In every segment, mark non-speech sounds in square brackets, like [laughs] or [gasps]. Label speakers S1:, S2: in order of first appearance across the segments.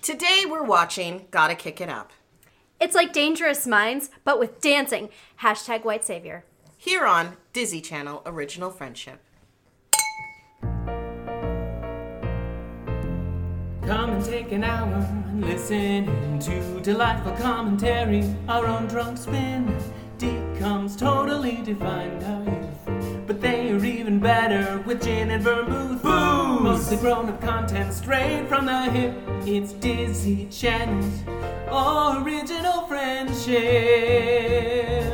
S1: Today we're watching Gotta Kick It Up
S2: It's like Dangerous Minds, but with dancing. Hashtag white savior.
S1: here on Dizzy Channel Original Friendship.
S3: Come and take an hour and listen to delightful commentary. Our own drunk spin decomes totally defined our youth. But they are even better with gin and vermouth. Booze! Mostly grown up content straight from the hip. It's Dizzy Channel's original friendship.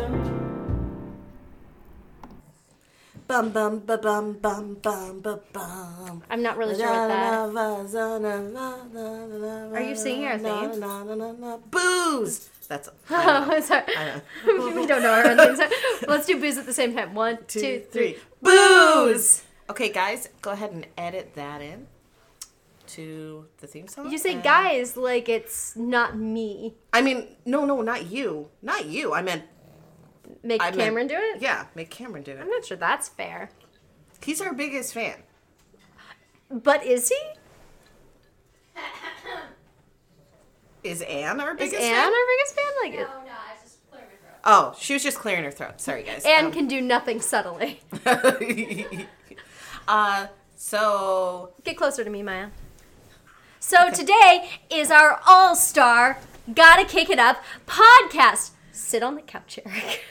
S1: Bum bum ba bum bum bum ba bum.
S2: I'm not really sure what
S1: [laughs]
S2: that. [laughs]
S1: Are
S2: you singing our theme?
S1: Booze!
S2: [laughs]
S1: That's
S2: Oh, sorry. [laughs] we don't know our own things. Let's do booze at the same time. One, two, three.
S1: two, three. Booze! Okay, guys, go ahead and edit that in to the theme song.
S2: You say
S1: And-
S2: guys like it's not me.
S1: I mean, no, no, not you. Not you. I meant,
S2: Make
S1: I meant-
S2: Cameron do it?
S1: yeah, make Cameron do it.
S2: I'm not sure that's fair.
S1: He's our biggest fan.
S2: But is he?
S1: Is Anne our
S2: Is
S1: biggest
S2: Anne
S1: fan?
S2: our biggest fan? Like,
S4: Oh, No, no, I was just clearing my throat.
S1: Oh, she was just clearing her throat. Sorry, guys.
S2: Anne
S1: Um,
S2: can do
S1: [laughs]
S2: nothing subtly.
S1: uh, so
S2: Get closer to me, Maya. So today is our all star, gotta kick it up podcast. Sit on the couch, Eric.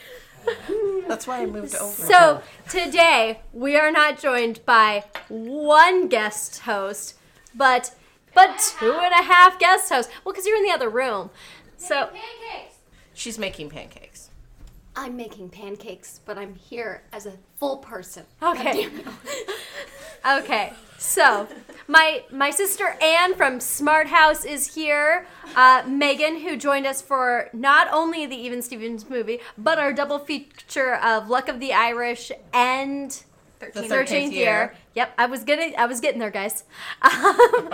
S2: [laughs]
S1: that's why I moved over.
S2: So today we are not joined by one guest host, but but two and a half guest hosts. Well, because you're in the other room. So
S4: Pancakes!
S1: she's making pancakes.
S4: I'm making pancakes, but I'm here as a full person.
S2: okay, okay. So my my sister Anne from Smart House is here. Uh, Megan, who joined us for not only the Even Stevens movie, but our double feature of Luck of the Irish and.
S1: The
S2: 13th year. Yep, I was getting, I was getting there, guys. [laughs] Um,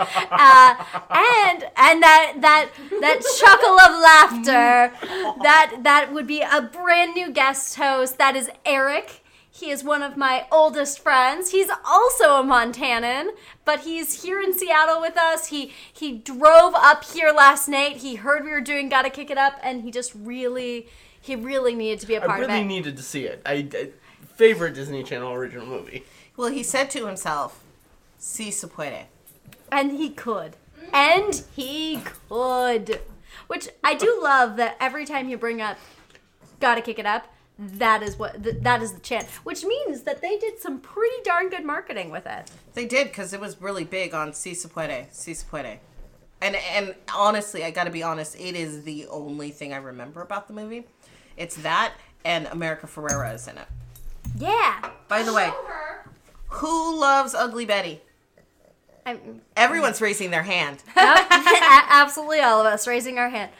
S2: uh, and and that that that chuckle of laughter, that that would be a brand new guest host. That is Eric. He is one of my oldest friends. He's also a Montanan, but he's here in Seattle with us. He he drove up here last night. He heard we were doing "Gotta Kick It Up," and he just really, he really needed to be a
S5: I
S2: part of
S5: really
S2: it.
S5: needed to see it. I, I- favorite Disney Channel original movie.
S1: Well, he said to himself, "Si se puede."
S2: And he could. And he could. Which I do love that every time you bring up gotta kick it up, that is what th- that is the chant. Which means that they did some pretty darn good marketing with it.
S1: They did because it was really big on "Si se puede," "Si se puede," and and honestly, I got to be honest, it is the only thing I remember about the movie. It's that and America Ferrera is in it.
S2: Yeah.
S1: By the way, who loves Ugly Betty?
S2: I'm,
S1: Everyone's raising their hand.
S2: [laughs] a- absolutely all of us raising our hand.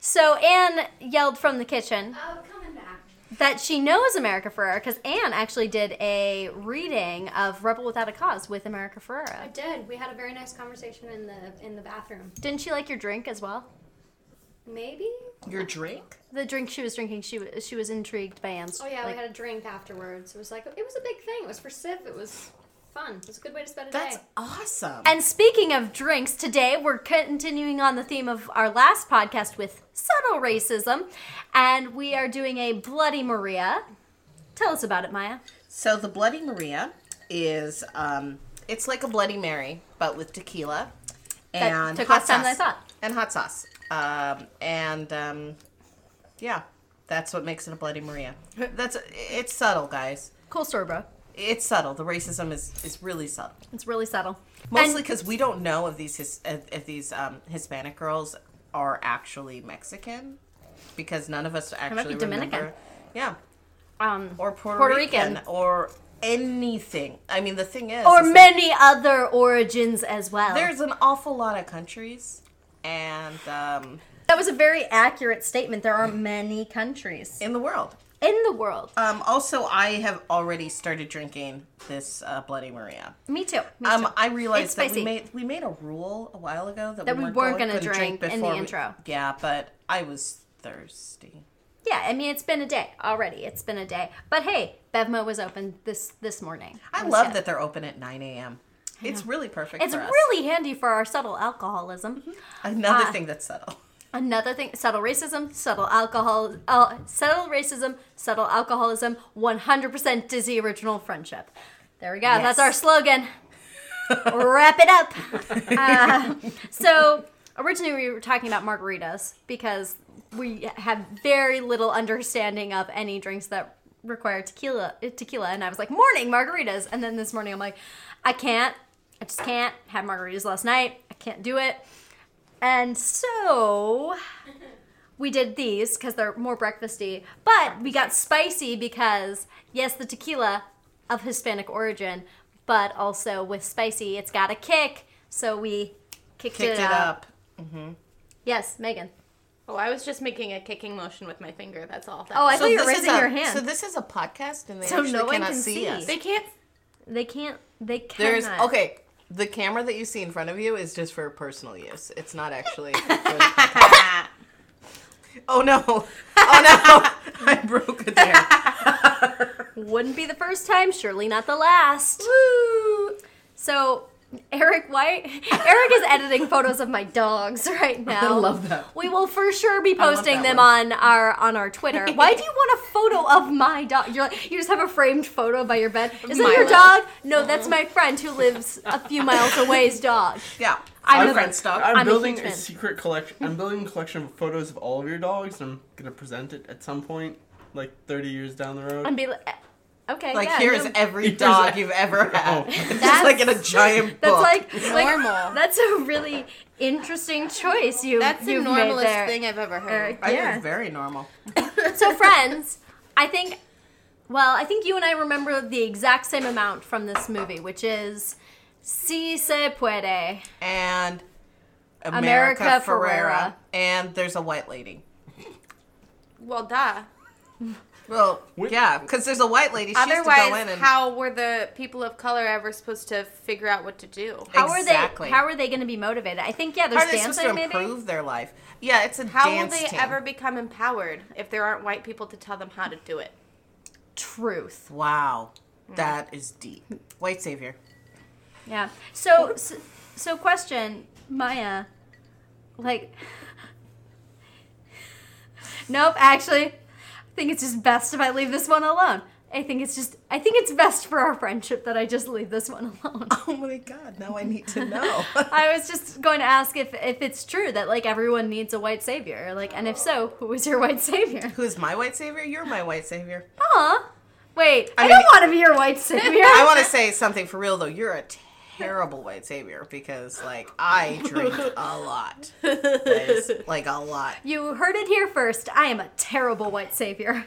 S2: So Anne yelled from the kitchen
S4: Oh, coming back.
S2: that she knows America Ferrera because Anne actually did a reading of Rebel Without a Cause with America
S4: I
S2: Ferrera.
S4: did. We had a very nice conversation in the in the bathroom.
S2: Didn't she like your drink as well?
S4: Maybe?
S1: Your drink?
S2: The drink she was drinking, she was, she was intrigued by Anne's.
S4: Oh yeah,
S2: like,
S4: we had a drink afterwards. It was like it was a big thing. It was for Sif. It was fun. It was a good way to spend a
S1: That's
S4: day.
S1: awesome.
S2: and speaking of drinks, today we're continuing on the theme of our last podcast with subtle racism, and we are doing a Bloody Maria. Tell us about it, Maya.
S1: So the Bloody Maria is um, it's like a Bloody Mary, but with tequila and
S2: took
S1: hot
S2: less
S1: sauce
S2: time than I thought.
S1: and hot sauce. Um, and um, yeah, that's what makes it a Bloody [laughs] Maria. That's it's subtle, guys.
S2: Cool story, bro.
S1: It's subtle. The racism is is really subtle,
S2: It's really subtle.
S1: mostly because we don't know if these his, if, if these um, Hispanic girls are actually Mexican, because none of us
S2: be
S1: actually
S2: Dominican.
S1: remember. Yeah,
S2: And, um,
S1: or Puerto,
S2: Puerto
S1: Rican,
S2: Rican.
S1: or anything. I mean, the thing is,
S2: or
S1: is that
S2: many other origins as well.
S1: there's an awful lot of countries, and um,
S2: that was a very accurate statement. There are many countries
S1: in the world.
S2: in the world.
S1: Um, also, I have already started drinking this uh, Bloody Maria.
S2: Me too. Me
S1: Um,
S2: too.
S1: I realized
S2: It's
S1: that we
S2: spicy.
S1: made we made a rule a while ago that,
S2: That we weren't gonna drink in the
S1: before we-
S2: intro.
S1: yeah, but I was thirsty.
S2: Yeah, I mean it's been a day already. It's been a day. But hey, Bevmo was open this this morning.
S1: I
S2: It was
S1: love
S2: good.
S1: that they're open at 9 a.m. It's really perfect.
S2: It's
S1: for us. Mm-hmm.
S2: really handy for our subtle alcoholism.
S1: another
S2: uh,
S1: thing that's subtle.
S2: Another thing: subtle racism, subtle alcohol, uh, subtle racism, subtle alcoholism. One hundred percent Disney original friendship. There we go. That's
S1: Yes.
S2: our slogan. Wrap it up. Uh, so originally we were talking about margaritas because we have very little understanding of any drinks that require tequila. eh, Tequila, and I was like, morning margaritas, and then this morning I'm like, I can't. I just can't. Had margaritas last night. I can't do it. And so we did these because they're more breakfasty, but we got spicy because, yes, the tequila of Hispanic origin, but also with spicy, it's got a kick. So we kicked,
S1: Kicked it
S2: it, up.
S1: up.
S2: Yes, Megan.
S6: Oh, I was just making a kicking motion with my finger. That's all.
S2: Oh, I
S1: So
S2: thought you were
S1: this is
S2: raising
S1: a-
S2: your hand.
S1: So this is a podcast, and they
S2: So
S1: actually
S2: no one
S1: cannot
S2: can
S1: see,
S2: see.
S1: us.
S6: they can't.
S2: they can't. They
S1: There's
S2: cannot.
S1: okay. The camera that you see in front of you is just for personal use. It's not
S2: [laughs]
S1: actually. For the podcast. oh no! Oh no! [laughs] I broke it there.
S2: Wouldn't be the first time, surely not the last. So Eric White, Eric is editing photos of my dogs right now.
S1: I love that.
S2: We will for sure be
S1: that
S2: posting them on our on our Twitter. Why do you want a photo of my dog? You're like, you just have a framed photo by your bed. Is that your
S6: Milo.
S2: dog? No, that's my friend who lives a few miles away's dog.
S1: Yeah,
S2: I'm
S1: My
S2: a-
S1: friend's dog.
S5: I'm,
S2: I'm a
S5: building
S2: huge
S5: a,
S2: fan.
S5: secret collection. I'm building a collection of photos of all of your dogs. and I'm gonna present it at some point, like 30 years down the road.
S2: And be like, okay,
S1: like
S2: yeah,
S1: here's
S2: no,
S1: every
S5: Here's
S1: dog
S5: a-
S1: you've ever had. [laughs]
S5: Oh.
S1: It's
S2: That's-
S1: just like in a giant book.
S2: that's like, like
S6: Normal.
S2: That's a really interesting choice you
S6: [laughs] That's the
S2: you've made there,
S6: normalest thing I've ever heard.
S2: Eric.
S1: I think
S2: yeah.
S1: it's very normal.
S2: So, friends, I think, well, I think you and I remember the exact same amount from this movie, which is Si Se Puede.
S1: And America,
S2: America
S1: Ferrera.
S2: Ferrera.
S1: and there's a white lady.
S6: Well, duh.
S1: Well,
S5: Wh-
S1: yeah, because there's a white lady. She used to go in
S6: Otherwise,
S1: and
S6: how were the people of color ever supposed to figure out what to do?
S2: How
S1: Exactly.
S2: are they? How are they going to be motivated? I think yeah,
S1: How
S2: there's
S1: are they supposed
S2: dancing
S1: to
S2: maybe.
S1: improve their life? Yeah, it's a
S6: How will
S1: dance
S6: they
S1: team.
S6: ever become empowered if there aren't white people to tell them how to do it?
S2: Truth.
S1: Wow,
S2: Hmm.
S1: that is deep. White savior.
S2: Yeah. So, so, so question, Maya, like, [laughs] nope. Actually, I think it's just best if I leave this one alone. I think it's just. I think it's best for our friendship that I just leave this one [laughs] alone.
S1: [laughs] Oh my god! Now I need to [laughs] know.
S2: I was just going to ask if if it's true that like everyone needs a white savior, like, and if so, who is your white savior?
S1: Who's my white savior? You're my white
S2: [laughs]
S1: savior.
S2: Aw, wait, I,
S1: I
S2: don't
S1: mean-
S2: want to be your white savior.
S1: I want to say something for real though. You're a terrible white savior because like I [laughs] drink a lot, Guys, like a lot.
S2: You heard it here first. I am a terrible white savior.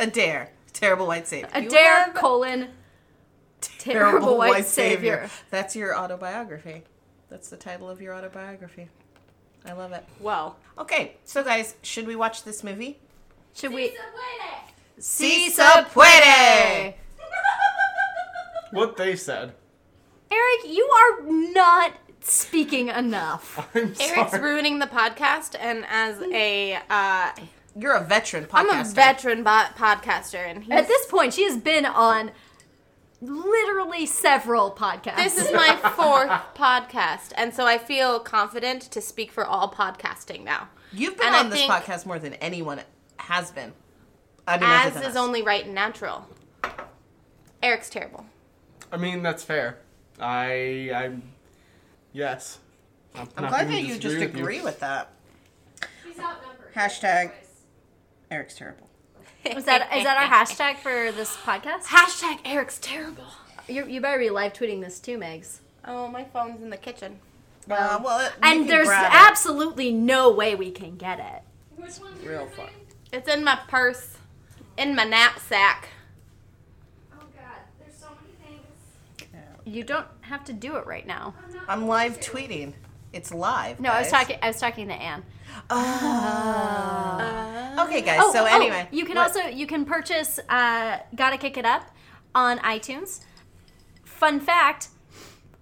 S1: A dare. Terrible white savior.
S2: A dare colon terrible, white, savior.
S1: That's your autobiography. That's the title of your autobiography. I love it.
S6: Well,
S1: Okay, so guys, should we watch this movie?
S2: Should we?
S1: Si se puede.
S5: What they said.
S2: Eric, you are not speaking enough.
S5: I'm
S6: Eric's
S5: sorry.
S6: ruining the podcast, and as a, uh,
S1: You're a veteran podcaster.
S6: I'm a veteran bo- podcaster, and he's,
S2: At this point, she has been on literally several podcasts.
S6: this is my fourth podcast, and so I feel confident to speak for all podcasting now.
S1: You've been
S6: And I
S1: on this
S6: think-
S1: podcast more than anyone has been. I mean, other
S6: As
S1: than
S6: is
S1: us.
S6: only right and natural. Eric's terrible.
S5: [laughs] I mean, that's fair. I. I'm. Yes.
S1: I'm glad that you just agree with, that.
S7: He's outnumbered.
S1: Hashtag Eric's terrible.
S2: Is that is that [laughs] our hashtag for this podcast?
S6: hashtag Eric's terrible?
S2: You, you better be live tweeting this too, Megs.
S6: Oh, my phone's in the kitchen.
S1: Well, well it, we
S2: And
S1: can
S2: there's
S1: grab it.
S2: absolutely no way we can get it.
S7: Which one's
S1: Real
S7: yours
S1: fun.
S7: again?
S6: It's in my purse, in my knapsack.
S7: Oh god, there's so many things.
S2: You don't have to do it right now.
S7: I'm
S1: I'm live tweeting. It's live.
S2: No, I was
S1: guys.
S2: talking. I was talking to Anne.
S1: Okay, guys.
S2: Oh,
S1: so
S2: oh,
S1: anyway,
S2: you can
S1: what-
S2: also you can purchase uh, "Gotta Kick It Up" on iTunes. Fun fact: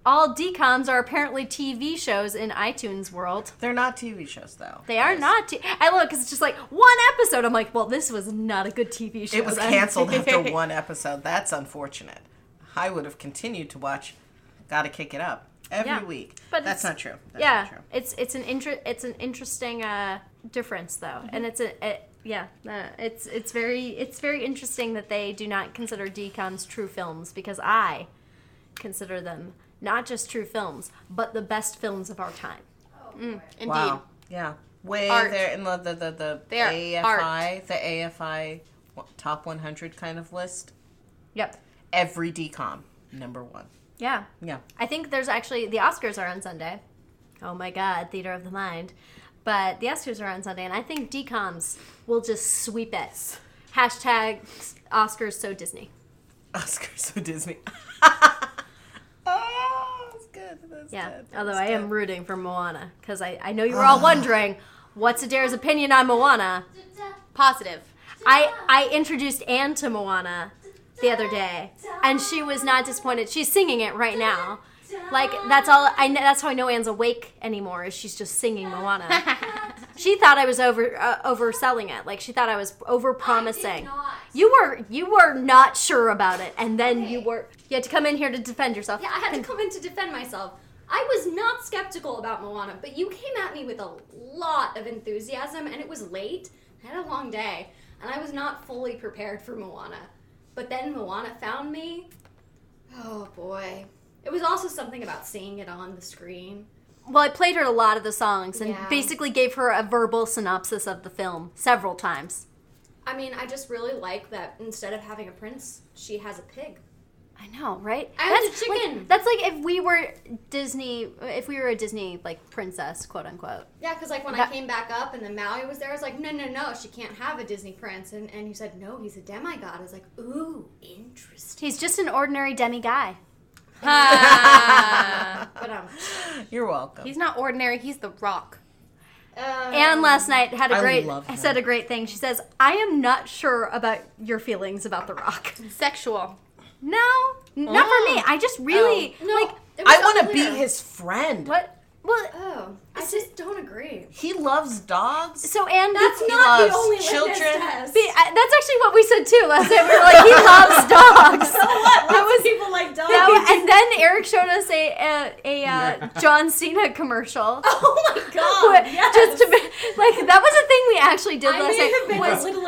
S2: All DComs are apparently TV shows in iTunes world.
S1: they're not TV shows though.
S2: They are not. T- I look, 'cause it's just like one episode. I'm like, well, this was not a good TV show.
S1: It was
S2: then. [laughs]
S1: canceled after one episode. That's unfortunate. I would have continued to watch Got to kick it up every
S2: Yeah.
S1: week.
S2: But
S1: But that's
S2: it's-
S1: not true. That's
S2: yeah,
S1: Not true.
S2: it's it's an inter- it's an interesting uh, difference though,
S1: Mm-hmm.
S2: and it's a it, yeah, uh, it's it's very it's very interesting that they do not consider DComs true films because I consider them not just true films but the best films of our time.
S6: Indeed.
S1: Wow. Yeah. Way
S6: Art.
S1: there in the the the, the
S6: They are
S1: AFI,
S6: art.
S1: the AFI top 100 kind of list.
S2: Yep.
S1: Every decom number one.
S2: Yeah.
S1: Yeah. [laughs]
S2: I think there's actually the Oscars are on Sunday. Oh my God, theater of the mind. But the Oscars are on Sunday, and I think DComs will just sweep it. Hashtag Oscars so Disney.
S1: Oscar so Disney. [laughs] oh, that's good. That's
S2: Yeah.
S1: good.
S2: Although I am rooting for Moana because I, I know you were
S4: Ah.
S2: all wondering what's Adair's opinion on Moana.
S6: Positive.
S2: I I introduced Anne to Moana the other day, and she was not disappointed. She's singing it right now. Like that's all I. Know, that's how I know Anne's awake anymore. Is she's just singing
S4: [laughs]
S2: Moana. she thought I was over uh, overselling it. Like she thought I was over promising.
S4: not.
S2: You were you were not sure about it, and then you were you had to come in here to defend yourself.
S4: Yeah, I had to come in to defend myself. I was not skeptical about Moana, but you came at me with a lot of enthusiasm, and it was late. I had a long day, and I was not fully prepared for Moana. But then Moana found me. Oh boy. It was also something about seeing it on the screen.
S2: Well, I played her a lot of the songs and
S4: Yeah.
S2: basically gave her a verbal synopsis of the film several times.
S4: I mean, I just really like that instead of having a prince, she has a pig.
S2: I know, right?
S4: I was a
S2: like-
S4: chicken.
S2: that's like if we were Disney, if we were a Disney like princess, quote unquote.
S4: Yeah, because like when
S2: That-
S4: I came back up and the Maui was there, I was like, no, no, no, she can't have a Disney prince. And, and you said, no, he's a demigod. I was like, ooh, interesting.
S2: He's just an ordinary demi guy.
S4: But um,
S1: [laughs] You're welcome.
S6: He's not ordinary. He's the rock.
S4: uh,
S2: Anne last night had a
S1: I
S2: great [laughs]
S1: love him.
S2: said a great thing. She says, "I am not sure about your feelings about The Rock." [laughs]
S6: Sexual.
S2: No, not for me. I just really
S4: no,
S2: like
S4: it was
S1: I want to be
S4: unclear.
S1: his friend.
S2: what. Well,
S4: Oh, I just don't agree.
S1: He loves dogs.
S2: so Anne,
S4: That's
S2: he
S4: not
S1: loves
S4: the only
S1: children.
S4: litmus test.
S2: Be- I- that's actually what we said too last night. We were [laughs] like, he loves dogs. That was
S4: people like dogs.
S2: that was- and then Eric showed us a a, a uh, John Cena commercial.
S4: [laughs] oh
S2: [laughs]
S4: my
S2: Where-
S4: god! Yes.
S2: Just to be, like that was a thing we actually did
S4: I
S2: last
S4: may have
S2: night.
S4: been
S2: Was,
S4: a little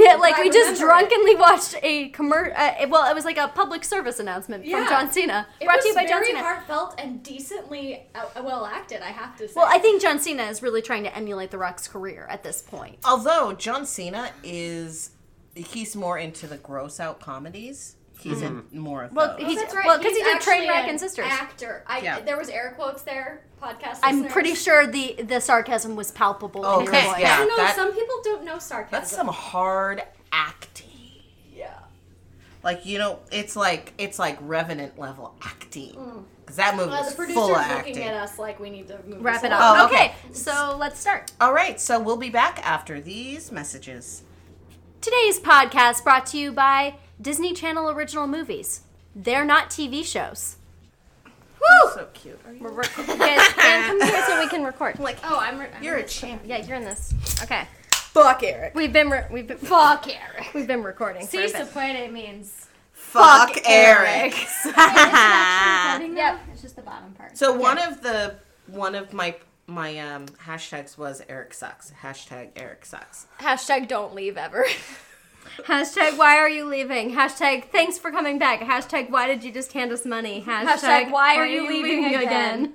S2: [laughs] yeah, like
S4: but I
S2: we just
S4: remember it.
S2: drunkenly watched a commercial. Uh, it- well, it was like a public service announcement from
S4: Yeah.
S2: John Cena,
S4: It
S2: brought
S4: was
S2: to you by John
S4: very
S2: Cena.
S4: heartfelt and decently uh, well acted. I have to say.
S2: Well, I think John Cena is really trying to emulate The Rock's career at this point.
S1: Although John Cena is, he's more into the gross out comedies. He's in more of
S2: Well,
S1: those.
S2: he's-
S4: That's right.
S2: well, 'cause
S4: he's
S2: he did
S4: actually
S2: Trainwreck
S4: an
S2: and Sisters.
S4: Actor. I,
S1: Yeah.
S4: There was air quotes there. Podcast.
S2: I'm
S4: listeners.
S2: pretty sure the the sarcasm was palpable
S1: Oh,
S2: in your
S1: okay,
S2: voice.
S1: yeah.
S4: I don't know.
S1: that-
S4: some people don't know sarcasm.
S1: That's some hard acting.
S4: Yeah.
S1: Like you know, it's like it's like Revenant level acting. Because that movie
S4: Uh,
S1: was
S4: the producer's
S1: full of
S4: looking
S1: acting.
S4: at us like we need to move
S2: Wrap
S4: this
S2: it
S4: along.
S2: up.
S1: Oh, okay.
S2: okay, so let's start.
S1: All right, so we'll be back after these messages.
S2: Today's podcast brought to you by Disney Channel Original Movies. They're not TV [laughs] shows.
S1: Woo! So cute. Are you?
S6: We're rec-
S2: Guys, Anne, come here so we can record.
S6: like, oh, I'm. Re-
S1: You're a champion.
S2: Yeah, you're in this. Okay,
S1: Fuck Eric.
S2: we've been re- we've been [laughs]
S6: fuck Eric.
S2: we've been recording. for a bit.
S4: Disappointed means.
S1: Fuck, [laughs] Eric.
S4: Yep. It's just the bottom part.
S1: So one of the one of my my um hashtags was Eric sucks. Hashtag Eric sucks.
S6: Hashtag don't leave ever.
S2: Hashtag why are you leaving? Hashtag thanks for coming back. Hashtag why did you just hand us money? Hashtag,
S6: Hashtag, why are you leaving again?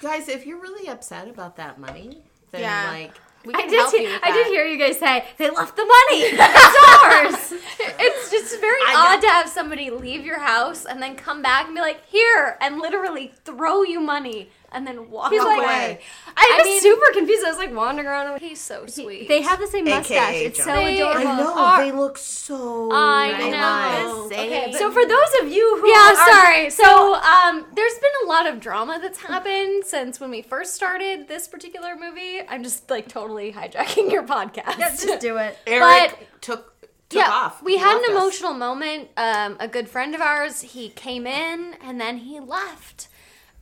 S1: Guys, if you're really upset about that money, then
S6: Yeah.
S1: like
S6: We
S2: I
S6: can
S2: did.
S6: help
S2: He-
S6: you with
S2: I did
S6: that.
S2: hear you guys say they left the money. [laughs] It's
S1: [laughs]
S2: ours.
S6: It's just very
S1: I
S6: odd to have somebody leave your house and then come back and be like, here, and literally throw you money and then walk
S2: He's
S6: away.
S2: like, I was
S6: mean-
S2: super confused. I was like wandering around. I'm like,
S6: He's so sweet.
S2: They have the same mustache.
S1: AKA
S2: It's so
S1: John.
S6: They-
S2: adorable.
S1: I know
S6: are-
S1: they look so
S6: I
S1: alike.
S6: know.
S4: Okay, but-
S2: So for those of you who
S6: yeah,
S2: are-
S6: sorry. So, um, there's been a lot of drama that's happened since when we first started this particular movie. I'm just like totally hijacking your podcast.
S2: Yeah, just do it.
S1: Eric took took
S6: yeah,
S1: off.
S6: we
S1: He
S6: had
S1: left
S6: an
S1: us.
S6: emotional moment. Um, a good friend of ours, he came in and then he left.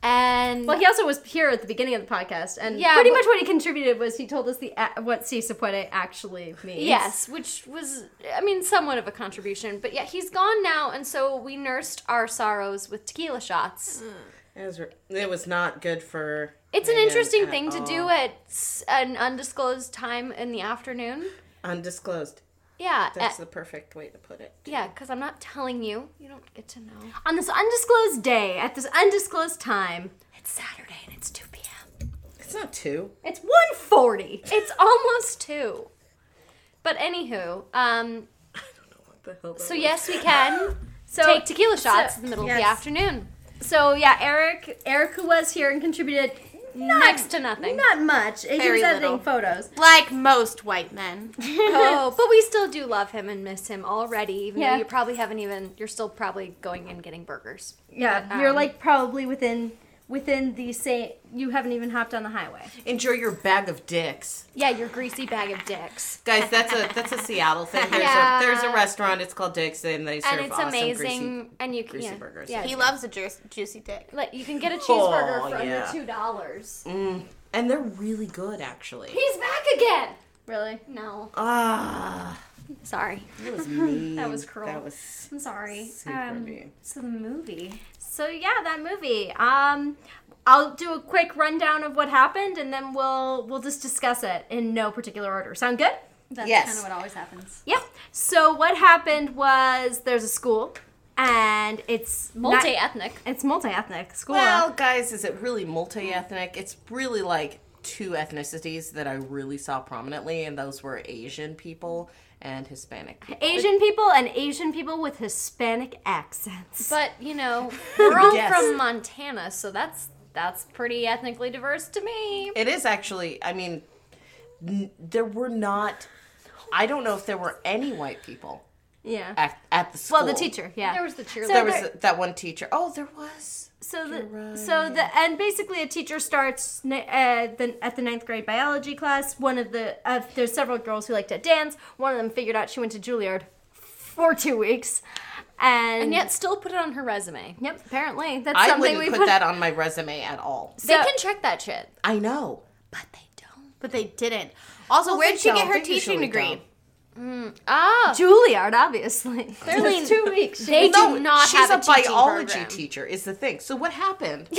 S4: And
S2: Well, he also was here at the beginning of the podcast, and
S4: Yeah,
S2: pretty
S4: but-
S2: much what he contributed was he told us the a- what si se puede actually means.
S4: Yes, which was, I mean, somewhat of a contribution. But yeah, he's gone now, and so we nursed our sorrows with tequila shots.
S2: Mm.
S1: It was, it was not good for.
S4: It's an
S1: Megan
S4: interesting
S1: at
S4: thing to do
S1: all.
S4: at s- an undisclosed time in the afternoon.
S1: Undisclosed.
S4: Yeah,
S1: That's
S4: uh,
S1: the perfect way to put it.
S4: yeah, because I'm not telling you. You don't get to know.
S2: On this undisclosed day, at this undisclosed time,
S4: It's Saturday and it's 2 p.m.
S1: It's not two.
S2: it's 140.
S4: It's almost 2. But anywho, um,
S1: What the hell?
S4: so yes, we can [gasps]
S2: So
S4: take tequila shots
S2: so-
S4: in the middle of
S2: yes.
S4: the afternoon.
S2: So yeah, Eric, Eric who was here and contributed not,
S4: Next to nothing. [laughs]
S2: not much. he
S6: Very
S2: was editing
S6: little.
S2: photos.
S6: Like most white men.
S4: oh, but we still do love him and miss him already, even
S2: Yeah.
S4: though you probably haven't even, you're still probably going and getting burgers.
S2: Yeah,
S4: But,
S2: you're
S4: um,
S2: like probably within within the same. You haven't even hopped on the highway.
S1: Enjoy your bag of dicks.
S4: Yeah, your greasy bag of dicks.
S1: Guys, that's a that's a Seattle thing. There's,
S4: Yeah.
S1: a, there's a restaurant. It's called Dick's, and they serve
S4: and it's
S1: awesome
S4: amazing.
S1: Greasy.
S4: and you can
S1: greasy
S4: yeah,
S1: burgers.
S4: Yeah.
S6: He loves a juice, juicy dick.
S4: Like, you can get a cheeseburger
S1: Oh,
S4: for under
S1: yeah.
S4: two dollars.
S1: And they're really good, actually.
S4: He's back again.
S2: Really?
S4: No,
S1: Ah,
S4: sorry.
S1: that was mean.
S2: That was cruel.
S1: That was
S2: I'm sorry.
S1: super mean.
S2: So the movie. So yeah, that movie. Um, I'll do a quick rundown of what happened, and then we'll we'll just discuss it in no particular order. Sound good?
S8: That's
S1: Yes.
S8: kind of what always happens.
S2: Yeah. So what happened was there's a school, and it's not-
S4: Multi-ethnic.
S2: it's multi-ethnic school.
S1: Well, guys, is it really multi-ethnic? It's really like two ethnicities that I really saw prominently, and those were Asian people and Hispanic. people.
S2: Asian people and Asian people with Hispanic accents.
S4: But you
S2: [laughs]
S4: know, we're all
S1: Yes.
S4: from Montana, so that's that's pretty ethnically diverse to me.
S1: It is actually. I mean, n- there were not. I don't know if there were any white people
S2: yeah.
S1: at, at the school.
S2: Well, the teacher, yeah.
S4: There was the cheerleader.
S1: There was that one teacher. Oh, there was.
S2: so the so the and basically a teacher starts ni- uh, the, at the ninth grade biology class. One of the uh, there's several girls who like to dance. One of them figured out she went to Juilliard for two weeks, and,
S4: and
S2: [laughs]
S4: yet still put it on her resume.
S2: yep, apparently that's
S1: I
S2: something
S1: wouldn't
S2: we
S1: put, that on my resume at all.
S4: They
S2: So-
S4: can check that shit,
S1: I know.
S4: but they don't.
S6: But they didn't. Also, where did she
S1: They
S6: get her
S1: don't. They
S6: teaching
S1: usually
S6: degree?
S1: don't.
S4: Ah,
S2: Juilliard, obviously.
S4: [laughs] Clearly-
S2: It's two weeks.
S4: they
S1: No,
S4: do not
S1: she's
S4: have a,
S1: a,
S4: teaching
S1: biology
S4: program. [laughs]
S1: teacher. Is the thing. So what happened?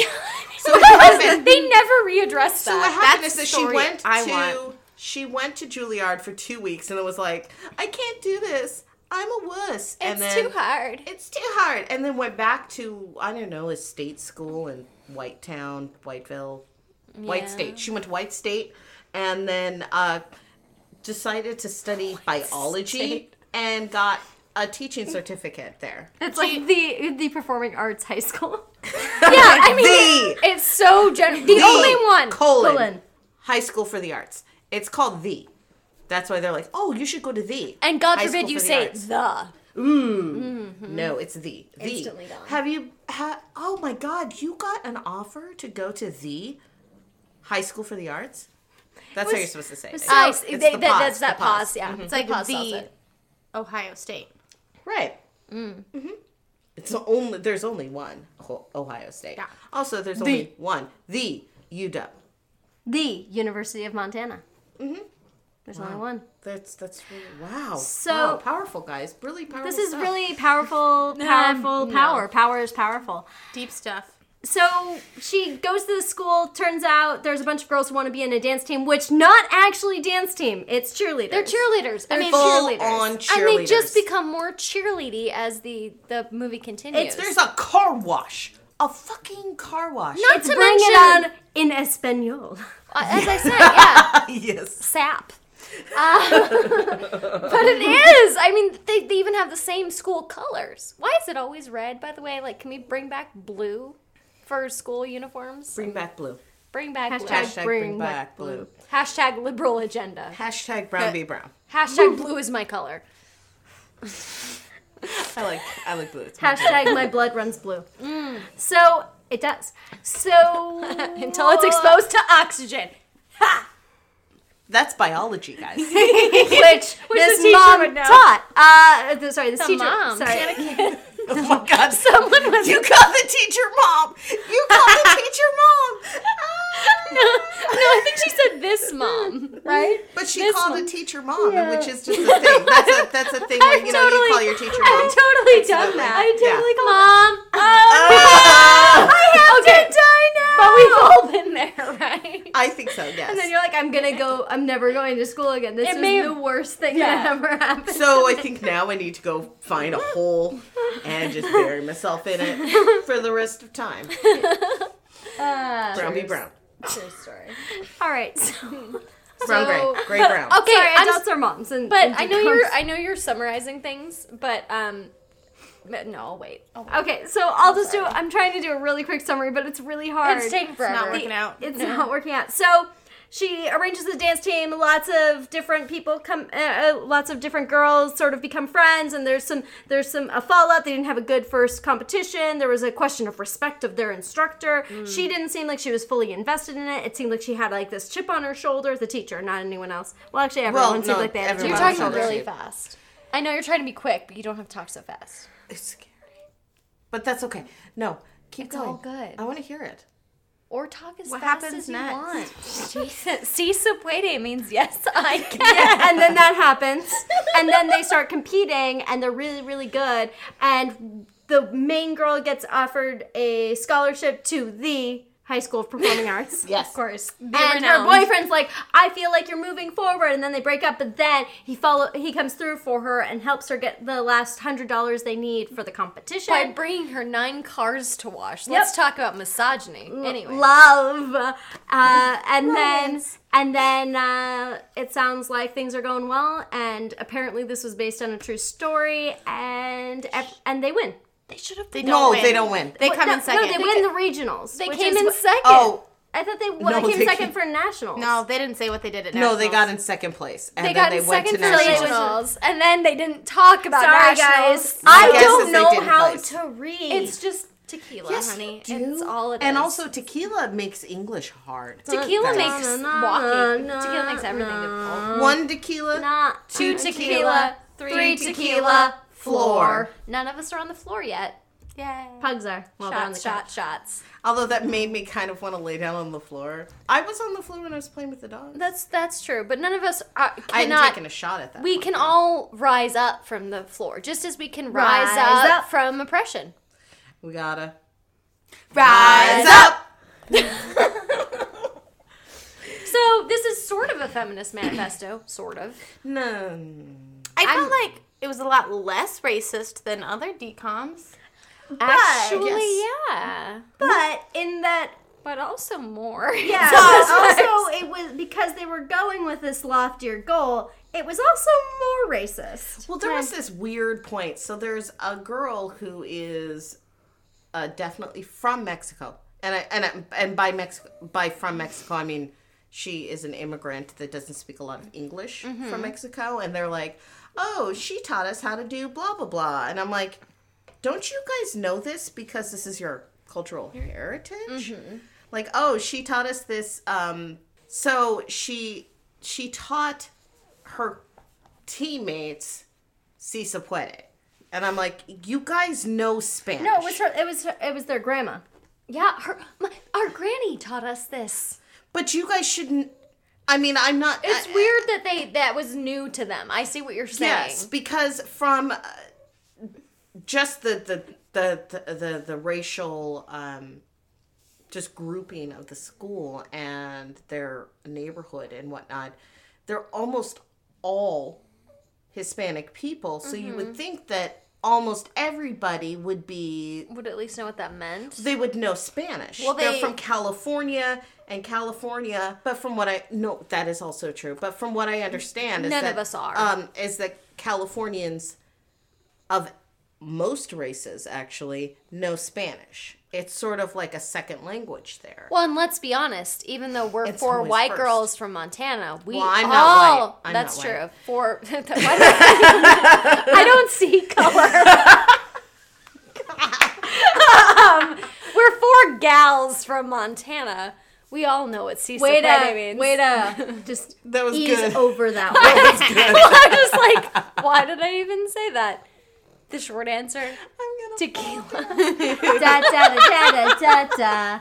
S1: So what happened?
S4: They never readdress
S1: So what
S4: that.
S1: happened
S6: That's
S1: is that
S6: the
S1: she
S6: story
S1: went
S6: I
S1: to
S6: want.
S1: she went to Juilliard for two weeks and it was like, I can't do this. I'm a wuss. and
S4: it's
S1: then,
S4: too hard.
S1: It's too hard. And then went back to I don't know a state school in Whitetown, Whiteville, White State. She went to White State, and then uh, decided to study biology and got a teaching certificate there.
S2: It's like the the performing arts high school.
S4: [laughs] yeah, I mean,
S1: The-
S4: it's so general. The,
S1: The
S4: only one.
S1: colon,
S2: colon.
S1: High School for the Arts. It's called the. That's why they're like, oh, you should go to the.
S4: And God
S1: High
S4: forbid
S1: School
S4: you
S1: for the
S4: say mm-hmm.
S1: Arts.
S4: the.
S1: No, it's the. The.
S8: Instantly gone.
S1: Have you? Ha- oh my God! You got an offer to go to the High School for the Arts. That's how you're supposed to say. it.
S4: I
S1: It's
S4: see.
S1: the
S4: They- that-
S1: pause,
S4: that's
S1: the Mm-hmm.
S4: that pause. Yeah,
S6: It's like
S4: pause sells
S6: the
S4: it.
S6: Ohio State.
S1: Right. Mm. hmm
S4: Mm-hmm.
S1: It's the only. There's only one Ho- Ohio State.
S6: Yeah.
S1: Also, there's only one the UW.
S2: The University of Montana. Mm-hmm. There's only one.
S1: That's that's really, wow.
S2: So-
S1: wow, powerful guys, really powerful.
S2: This is
S1: stuff.
S2: really powerful, powerful power. Power is powerful.
S6: Deep stuff.
S2: So she goes to the school. Turns out there's a bunch of girls who want to be in a dance team, which not actually dance team. It's cheerleaders.
S4: They're cheerleaders. I mean,
S1: full
S4: cheerleaders.
S1: on
S4: And they just
S1: cheerleaders.
S4: become more cheerleady as the the movie continues.
S1: There's a car wash, a fucking car wash.
S4: not
S2: It's
S4: to
S2: bring
S4: mention,
S2: it on in Espanol. [laughs]
S4: uh, as I
S1: [laughs]
S4: said, yeah,
S1: [laughs] yes.
S4: sap. Uh, [laughs] but it is. I mean, they, they even have the same school colors. Why is it always red? By the way, like, can we bring back blue for school uniforms?
S1: Bring back blue.
S4: Bring back
S2: Hashtag
S4: blue.
S1: Hashtag
S2: bring
S1: bring,
S2: back
S1: back, blue.
S4: Hashtag liberal agenda.
S1: Hashtag brown be brown.
S4: Hashtag blue is my color. [laughs]
S1: I like I like blue. It's my
S2: Hashtag my blood runs blue. So it does. So
S4: [laughs] Until it's exposed to oxygen.
S1: That's biology, guys.
S2: [laughs] which,
S4: the
S2: this
S4: [laughs] teacher
S2: mom
S4: would know.
S2: taught. Uh, th- sorry, this
S4: The
S2: [laughs] teacher.
S4: mom.
S2: Sorry,
S1: Oh my god.
S2: Someone was
S1: You call the teacher mom. You call the teacher mom.
S2: no,
S4: [laughs] No, I think she said this mom, right?
S1: But she
S4: This
S1: called
S4: one.
S1: a teacher mom, which is just a thing. That's a that's a thing where you know you call your teacher
S4: I've
S1: mom.
S4: totally done that. I totally called mom.
S1: Ah!
S4: have okay. to die now. But
S2: [laughs]
S4: we've all been there, right?
S1: I think so. Yes.
S2: And then you're like, I'm gonna go. I'm never going to school again. This
S4: It
S2: is
S4: may have-
S2: the worst thing that
S4: Yeah.
S2: ever happened.
S4: [laughs]
S1: So I think now I need to go find a hole and just bury myself in it for the rest of time.
S4: Uh,
S1: brown be brown.
S7: True story.
S2: All right. So,
S1: Brown
S6: So-
S1: gray. Gray brown.
S4: Okay,
S2: sorry,
S4: I'm
S2: adults are moms, and
S4: But
S2: and
S4: I know
S2: decoms.
S4: you're I know you're summarizing things, but um but no, wait. Oh,
S2: Okay, so I'll just do. I'm trying to do a really quick summary, but it's really hard.
S4: it's taking forever.
S6: Not working out.
S2: It's not working out. So she arranges the dance team. Lots of different people come. Uh, uh, lots of different girls sort of become friends, and there's some there's some a fallout. They didn't have a good first competition. There was a question of respect of their instructor.
S1: Mm.
S2: She didn't seem like she was fully invested in it. It seemed like she had like this chip on her shoulder. The teacher, not anyone else. Well, actually, everyone
S1: Well,
S2: seemed
S1: no,
S2: like they had a chip
S1: everyone
S4: You're
S2: on their
S4: talking
S1: Moms
S2: shoulder.
S1: are
S4: really
S1: cheap.
S4: fast. I know you're trying to be quick, but you don't have to talk so fast.
S1: It's scary. But that's okay. No, keep
S4: It's
S1: going.
S4: all good.
S1: I want to hear it.
S4: Or talk as
S6: What
S4: fast
S6: happens
S4: as you
S6: next?
S4: want. [laughs] Jesus. Si puede means yes, I can.
S2: Yeah, [laughs] and then that happens. And then they start competing and they're really, really good. And the main girl gets offered a scholarship to the High School of Performing Arts.
S1: Yes.
S4: course.
S2: And her boyfriend's like, I feel like you're moving forward, and then they break up. But then he follow, he comes through for her and helps her get the last hundred dollars they need for the competition.
S4: by bringing her nine cars to wash. Let's talk about misogyny. Anyway,
S2: love uh, and then and then uh, it sounds like things are going well and apparently this was based on a true story and ev- and they win
S4: they should have.
S6: They don't
S1: No,
S6: win.
S1: they don't win.
S6: They come
S2: no,
S6: in second.
S2: no they win the regionals
S4: They
S2: which
S4: came
S2: is
S4: in
S2: what-
S4: second.
S1: Oh
S2: i thought they, well,
S1: No,
S2: they came
S1: they
S2: second
S1: came-
S2: for nationals
S6: No, they didn't say what they did at
S1: no, they
S6: nationals.
S1: got in second place, and
S4: they
S1: then
S4: got
S1: they
S4: in
S1: went to
S4: second
S1: nationals.
S4: nationals, and then they didn't talk about
S2: sorry
S4: nationals.
S2: guys i
S1: guess
S2: don't
S1: is they
S2: know
S1: didn't
S2: how
S1: place.
S2: to read
S4: It's just tequila,
S1: Yes,
S4: honey.
S1: you do.
S4: It's all it
S1: and
S4: is.
S1: also tequila makes English hard.
S4: tequila
S1: Guys.
S4: makes
S2: na,
S4: walking.
S2: na,
S4: tequila makes everything difficult.
S1: one tequila.
S2: not
S4: Two tequila, three tequila, floor. None of us are on the floor yet. Yay.
S2: pugs are well, they're on the couch.
S4: Shots, shots, shots.
S1: Although that made me kind of want to lay down on the floor. I was on the floor when I was playing with the dog.
S4: That's that's true, but none of us are,
S1: I had
S4: cannot.
S1: taken a shot at that.
S4: We can all rise up from the floor, just as we can rise,
S2: Rise
S4: up,
S2: up.
S4: from oppression.
S1: We gotta
S6: rise
S1: up.
S4: So this is sort of a feminist manifesto, sort of.
S1: No.
S6: I felt like it was a lot less racist than other decoms.
S4: Actually,
S1: yes.
S4: yeah,
S2: but in that
S4: but also [laughs] more.
S2: Yeah. But also, it was because they were going with this loftier goal. It was also more racist.
S1: Well, there was this weird point. So there's a girl who is uh, definitely from Mexico, and I, and I, and by Mexico by from Mexico I mean she is an immigrant that doesn't speak a lot of English
S2: Mm-hmm.
S1: from Mexico, and they're like, oh, she taught us how to do blah blah blah, and I'm like, don't you guys know this because this is your cultural heritage?
S2: Mm-hmm.
S1: Like, oh, she taught us this. Um, so she she taught her teammates si se puede. And I'm like, you guys know Spanish.
S2: No, it was her. It was her, it was their grandma.
S4: yeah. Her, my, our granny taught us this.
S1: But you guys shouldn't. I mean, I'm not. uh,
S4: It's
S1: I-
S4: weird that they that was new to them. I see what you're saying.
S1: Yes, because from uh, just the the the the the, the racial um, just grouping of the school and their neighborhood and whatnot, they're almost all Hispanic people. So you would think that almost everybody would be
S4: Would at least know what that meant.
S1: they would know Spanish.
S6: Well,
S1: they, are
S6: they-
S1: from California and California, but from what I no, that is also true. But from what I understand, is
S4: None
S1: that,
S4: of us are.
S1: Um, is that Californians of most races actually know Spanish? It's sort of like a second language there.
S4: Well, and let's be honest. Even though we're
S1: It's
S4: four
S1: always
S4: white
S1: first.
S4: girls from Montana, we
S1: Well, I'm not
S4: all
S1: white. I'm
S4: that's
S1: not
S4: true.
S1: white.
S4: Four. [laughs] Why do I- I don't see color. um, we're four gals from Montana. We all know what si se
S2: Wait
S4: puede
S2: a
S4: means.
S2: wait
S4: [laughs]
S2: a just
S1: that was
S2: ease
S1: [laughs] good.
S2: over that one.
S4: I was like, why did I even say that? The short answer. Tequila.
S2: da da da da da da.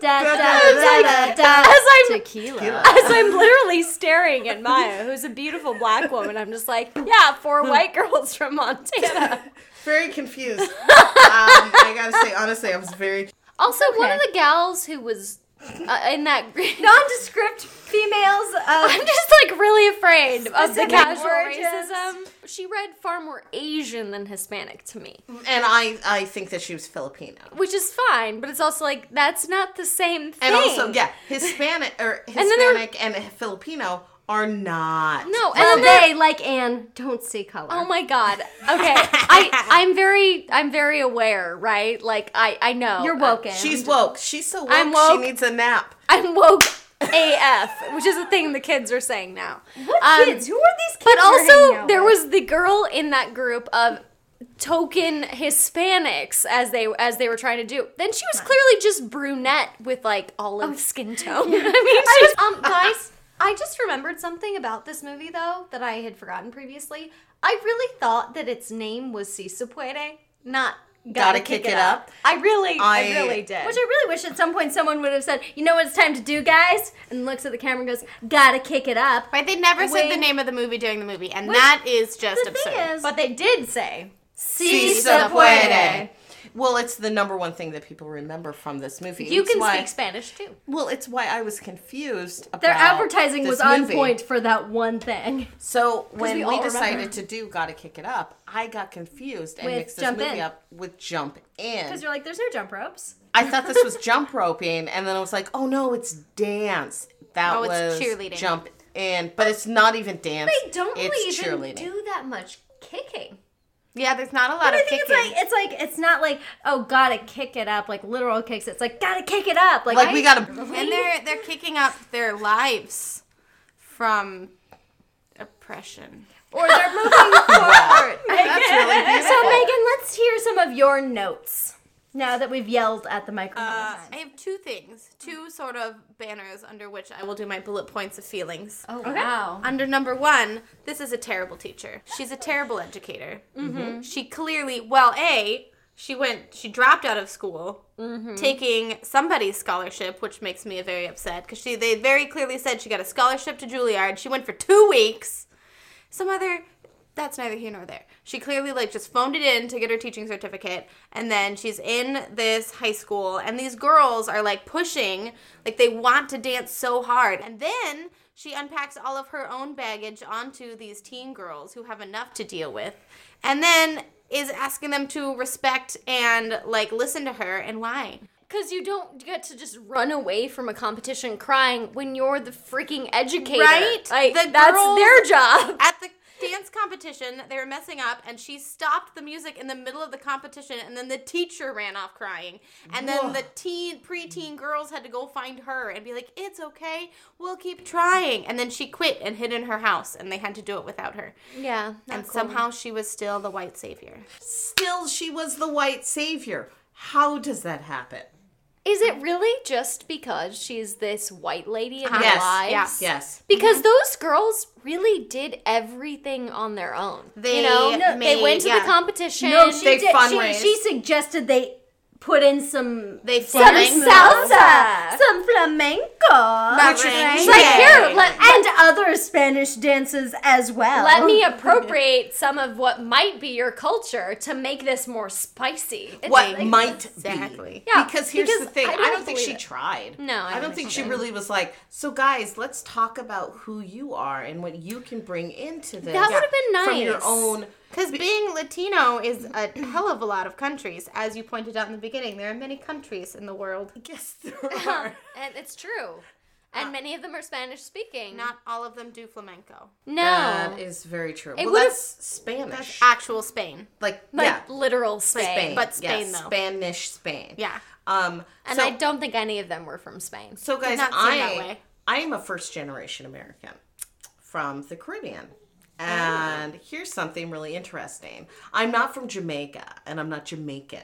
S2: Da da da da da.
S4: [laughs] As I'm
S2: Tequila.
S4: as I'm literally staring at Maya, who's a beautiful black woman, I'm just like, yeah, four white girls from Montana.
S1: Very confused. um, I gotta say, honestly, I was very.
S4: [laughs] Also, one of the gals who was uh, in that. [laughs]
S2: Nondescript females
S4: I'm
S2: of
S4: just like really afraid of the
S2: Specific
S4: casual
S2: origins.
S4: racism. She read far more Asian than Hispanic to me,
S1: And I, I think that she was Filipino.
S4: which is fine, but it's also like that's not the same thing.
S1: And also, yeah, Hispanic or
S4: then there-
S1: Hispanic and, Filipino are not.
S4: no, and
S2: well,
S4: then there-
S2: they like Anne don't see color.
S4: Oh my god. Okay, I I'm very I'm very aware, right? Like I I know
S2: You're woke. Anne.
S1: She's woke. She's so woke,
S4: I'm
S1: She
S4: woke.
S1: needs a nap.
S4: I'm woke AF, which is a thing the kids are saying now.
S2: What
S4: Um,
S2: kids? Who are these kids?
S4: But
S2: you're hanging
S4: also,
S2: out
S4: there
S2: with?
S4: was the girl in that group of token Hispanics as they as they were trying to do. Then she was clearly just brunette with like olive skin
S2: [laughs]
S4: tone. [laughs] I mean, she was-
S9: um, guys, I just remembered something about this movie though that I had forgotten previously. I really thought that its name was Si Se Puede, not Gotta, kick, it, up. I really, I,
S1: I-
S9: really did.
S2: Which I really wish at some point someone would have said, you know what it's time to do, guys? And looks at the camera and goes, gotta kick it up.
S6: Right? They never said the
S2: Wing.
S6: name of the movie during the movie, and that is just
S2: The
S6: absurd.
S2: thing is,
S9: but they did say
S2: si
S1: se puede. Well, it's the number one thing that people remember from this movie.
S9: you
S1: It's
S9: can
S1: why,
S9: speak Spanish too.
S1: Well, it's why I was confused. About
S2: Their advertising
S1: this
S2: was on
S1: movie.
S2: point for that one thing. [laughs]
S1: So when
S2: we
S1: we,
S2: all
S1: decided
S2: remember.
S1: to do "Gotta Kick It Up," I got confused and
S2: With
S1: mixed this
S2: Jump
S1: movie
S2: In.
S1: up with "Jump In."
S2: Because you're like, there's no jump ropes.
S1: I thought this was jump roping, and then I was like, "Oh no, it's dance." That
S6: Oh, it's
S1: was
S6: cheerleading.
S1: Jump in, but it's not even dance.
S9: They don't really
S1: it's
S9: even
S1: cheerleading.
S9: do that much kicking.
S6: Yeah, there's not a lot
S2: But I
S6: of
S2: think it's
S6: kicking.
S2: like it's like it's not like oh gotta kick it up like literal kicks. It's like gotta kick it up like,
S1: like
S2: I-
S1: we got a
S6: and they're they're kicking up their lives from oppression.
S2: or they're moving forward.
S1: that's really
S2: [laughs] so
S1: beautiful.
S2: Megan, let's hear some of your notes now that we've yelled at the microphone.
S6: Uh, I have two things, two sort of banners under which I will do my bullet points of feelings.
S9: Oh wow!
S6: Under number one, this is a terrible teacher. She's a terrible educator. Mm-hmm. She clearly, well, A, she went, she dropped out of school, taking somebody's scholarship, which makes me very upset because she, they very clearly said she got a scholarship to Juilliard. She went for two weeks. Some other, that's neither here nor there. She clearly, like, just phoned it in to get her teaching certificate. And then she's in this high school, and these girls are, like, pushing, like, they want to dance so hard. And then she unpacks all of her own baggage onto these teen girls who have enough to deal with. And then is asking them to respect and like listen to her and why.
S4: because you don't get to just run away from a competition crying when you're the freaking educator,
S6: Right?
S4: Like
S6: The
S4: that's
S6: girls-
S4: their job.
S6: At the dance competition, they were messing up and she stopped the music in the middle of the competition and then the teacher ran off crying. And then the teen preteen girls had to go find her and be like, "It's okay. We'll keep trying." And then she quit and hid in her house and they had to do it without her.
S4: Yeah,
S6: And somehow she was still the white savior.
S1: Still, she was the white savior. How does that happen?
S4: Is it really just because she's this white lady in our
S1: Yes,
S4: lives?
S1: Yes.
S2: Mm-hmm.
S4: Because those girls really did everything on their own.
S6: They
S4: you know, they
S6: made-
S4: went to
S6: yeah.
S4: the competition.
S2: no, she
S1: they
S2: did. She,
S1: fundraised.
S2: she suggested they put in some
S6: They
S2: some
S6: flamingo.
S2: salsa, some flamenco,
S6: Which
S1: is-
S6: is
S4: She's like, here, let,
S2: and other Spanish dances as well.
S4: let me appropriate some of what might be your culture to make this more spicy. It's
S1: What
S4: like-
S1: might
S6: exactly.
S1: be?
S4: Yeah,
S1: Because here's
S4: because
S1: the thing.
S4: I
S1: I
S4: don't
S1: don't, think
S4: believe
S1: she
S4: it.
S1: tried.
S4: No, I
S1: I, don't
S4: don't think
S1: think
S4: she
S1: she
S4: did.
S1: really was like. So, guys, let's talk about who you are and what you can bring into this.
S4: That would've been
S1: From your
S4: nice.
S1: own.
S6: Because being Latino is a hell of a lot of countries. As you pointed out in the beginning, there are many countries in the world.
S1: Yes,
S4: [laughs]
S1: there are.
S4: and it's true. And many of them are Spanish speaking.
S6: Not all of them do flamenco.
S4: no.
S1: That is very true. well,
S4: would've-
S1: that's Spanish.
S6: That's actual Spain.
S1: like,
S4: like
S1: yeah,
S4: literal Spain.
S1: Spain,
S6: but Spain,
S1: yes,
S6: though.
S1: Spanish Spain.
S6: Yeah.
S1: Um.
S4: And
S1: so,
S4: I don't think any of them were from Spain.
S1: so guys,
S6: not seem
S1: I
S6: that way.
S1: I am a first generation American from the Caribbean. And
S4: Oh.
S1: here's something really interesting. I'm not from Jamaica and I'm not Jamaican,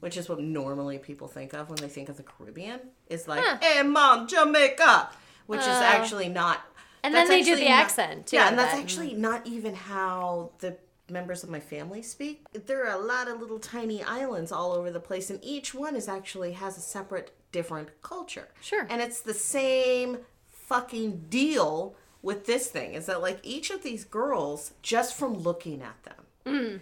S1: which is what normally people think of when they think of the Caribbean. It's like, hey, mom, Jamaica, which is actually not.
S4: Uh. And then
S1: that's
S4: they do
S1: actually
S4: the
S1: not-
S4: accent, too,
S1: Yeah, and that's
S4: then.
S1: actually not even how the members of my family speak. There are a lot of little tiny islands all over the place, and each one is actually has a separate, different culture.
S4: Sure.
S1: And it's the same fucking deal with this thing is that like each of these girls, just from looking at them,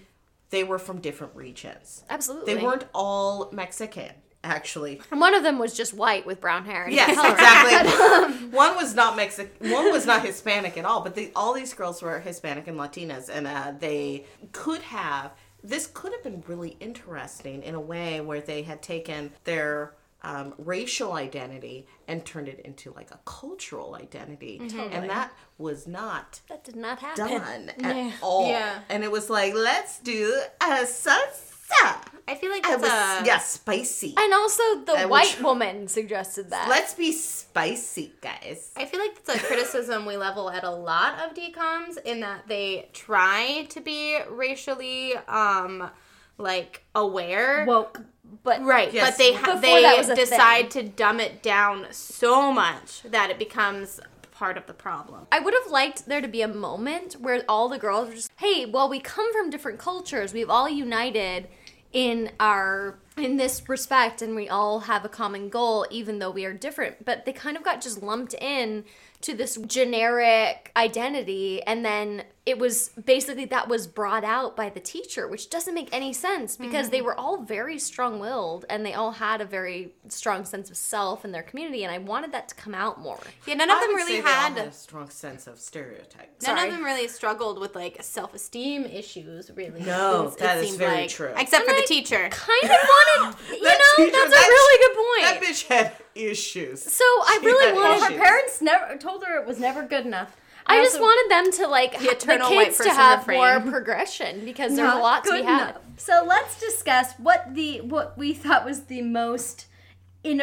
S1: they were from different regions.
S4: Mm. Absolutely.
S1: They weren't all Mexican, actually.
S4: And one of them was just white with brown hair. And
S1: Yes,
S4: color.
S1: exactly. one was not Mexican. One was not Hispanic at all. But the, all these girls were Hispanic and Latinas, and uh, they could have. This could have been really interesting in a way where they had taken their um, racial identity and turned it into like a cultural identity, and that was not
S4: That did not happen.
S1: done at all.
S6: Yeah.
S1: And it was like, let's do a salsa.
S6: I feel like
S1: I
S6: that's
S1: was
S6: a-
S1: yeah, spicy.
S4: And also, the
S1: I will
S4: white
S1: try-
S4: woman suggested that.
S1: Let's be spicy, guys.
S6: I feel like that's a criticism we level at a lot of decoms in that they try to be racially um like aware.
S2: Woke.
S4: but
S6: Right,
S1: Yes.
S6: but they
S4: Before
S6: ha-
S4: that was a
S6: they decide to dumb it down so much that it becomes part of the problem.
S4: I would have liked there to be a moment where all the girls were just, hey, well, we come from different cultures. We've all united in our in this respect and we all have a common goal even though we are different but they kind of got just lumped in to this generic identity and then it was basically that was brought out by the teacher which doesn't make any sense because they were all very strong-willed and they all had a very strong sense of self and their community and I wanted that to come out more
S6: Yeah, none of them
S1: would
S6: really
S1: say they all
S6: had
S1: a strong sense of stereotypes.
S6: none
S4: Sorry.
S6: of them really struggled with like self esteem issues. Really,
S1: No,
S6: it
S1: that is
S6: seemed
S1: very
S6: like.
S1: true.
S6: Except for
S4: And
S6: the
S4: I-
S6: teacher.
S4: kind of wanted, you
S1: That
S4: know,
S1: teacher-
S4: that's a
S1: that-
S4: really good point.
S1: That bitch had issues.
S4: so I really
S1: had
S4: wanted
S1: issues.
S4: her parents never told her it was never good enough. I, just
S2: also-
S4: wanted them to like the,
S6: eternal white
S4: kids to
S6: person
S4: have
S6: refrain.
S4: more progression because there's a lot to be had.
S2: So let's discuss what the what we thought was the most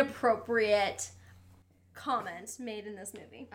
S2: inappropriate comment made in this movie.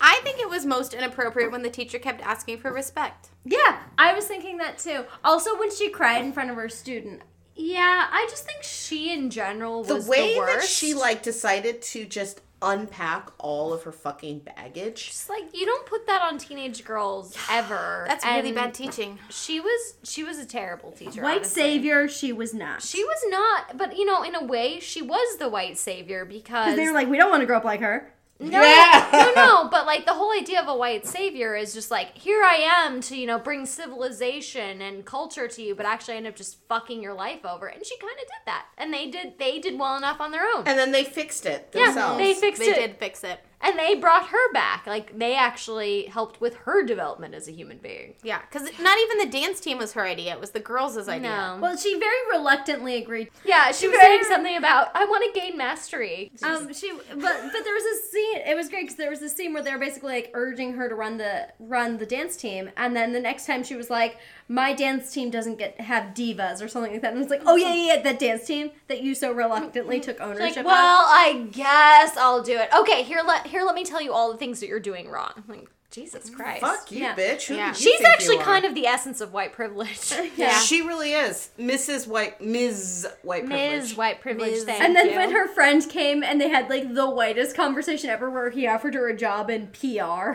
S6: I think it was most inappropriate when the teacher kept asking for respect.
S2: Yeah, I was thinking that too. Also, when she cried in front of her student.
S4: Yeah, I just think she in general
S1: The
S4: was the,
S1: way that
S4: worst.
S1: she like decided to just unpack all of her fucking baggage.
S4: It's like you don't put that on teenage girls ever.
S6: That's really
S4: And
S6: bad teaching.
S4: She was she was a terrible teacher.
S2: White
S4: honestly.
S2: savior, she was not.
S4: She was not, but you know, in a way, she was the white savior because
S2: They were like, we don't want to grow up like her.
S4: No, no, no. But like the whole idea of a white savior is just like here I am to you know bring civilization and culture to you, but actually I end up just fucking your life over. And she kind of did that, and they did they did well enough on their own.
S1: And then they fixed it
S4: yeah,
S1: themselves.
S4: they fixed
S6: They
S4: it,
S6: did fix it.
S4: and they brought her back. Like they actually helped with her development as a human being.
S6: Yeah, because not even the dance team was her idea. It was the girls' idea.
S4: No,
S2: Well, she very reluctantly agreed.
S4: yeah, she was saying something about I want to gain mastery.
S2: Um, she, but but there was a scene. It was great because there was a scene where they were basically like urging her to run the run the dance team, and then the next time she was like, "My dance team doesn't get have divas or something like that," and it's like, "Oh yeah, yeah, yeah, that dance team that you so reluctantly took ownership
S4: Like,
S2: of."
S4: well, I guess I'll do it. Okay, here let here let me tell you all the things that you're doing wrong. Like Jesus Christ.
S1: Fuck you,
S2: Yeah.
S1: bitch. Who
S6: Yeah.
S1: did you
S4: She's
S1: think
S4: actually
S1: you are?
S4: kind of the essence of
S2: [laughs]
S4: white privilege. [laughs]
S6: Yeah.
S1: She really is. Mrs. White Ms. White Privilege.
S4: Ms. White privilege thing.
S2: and then when her friend came and they had like the whitest conversation ever, where he offered her a job in PR.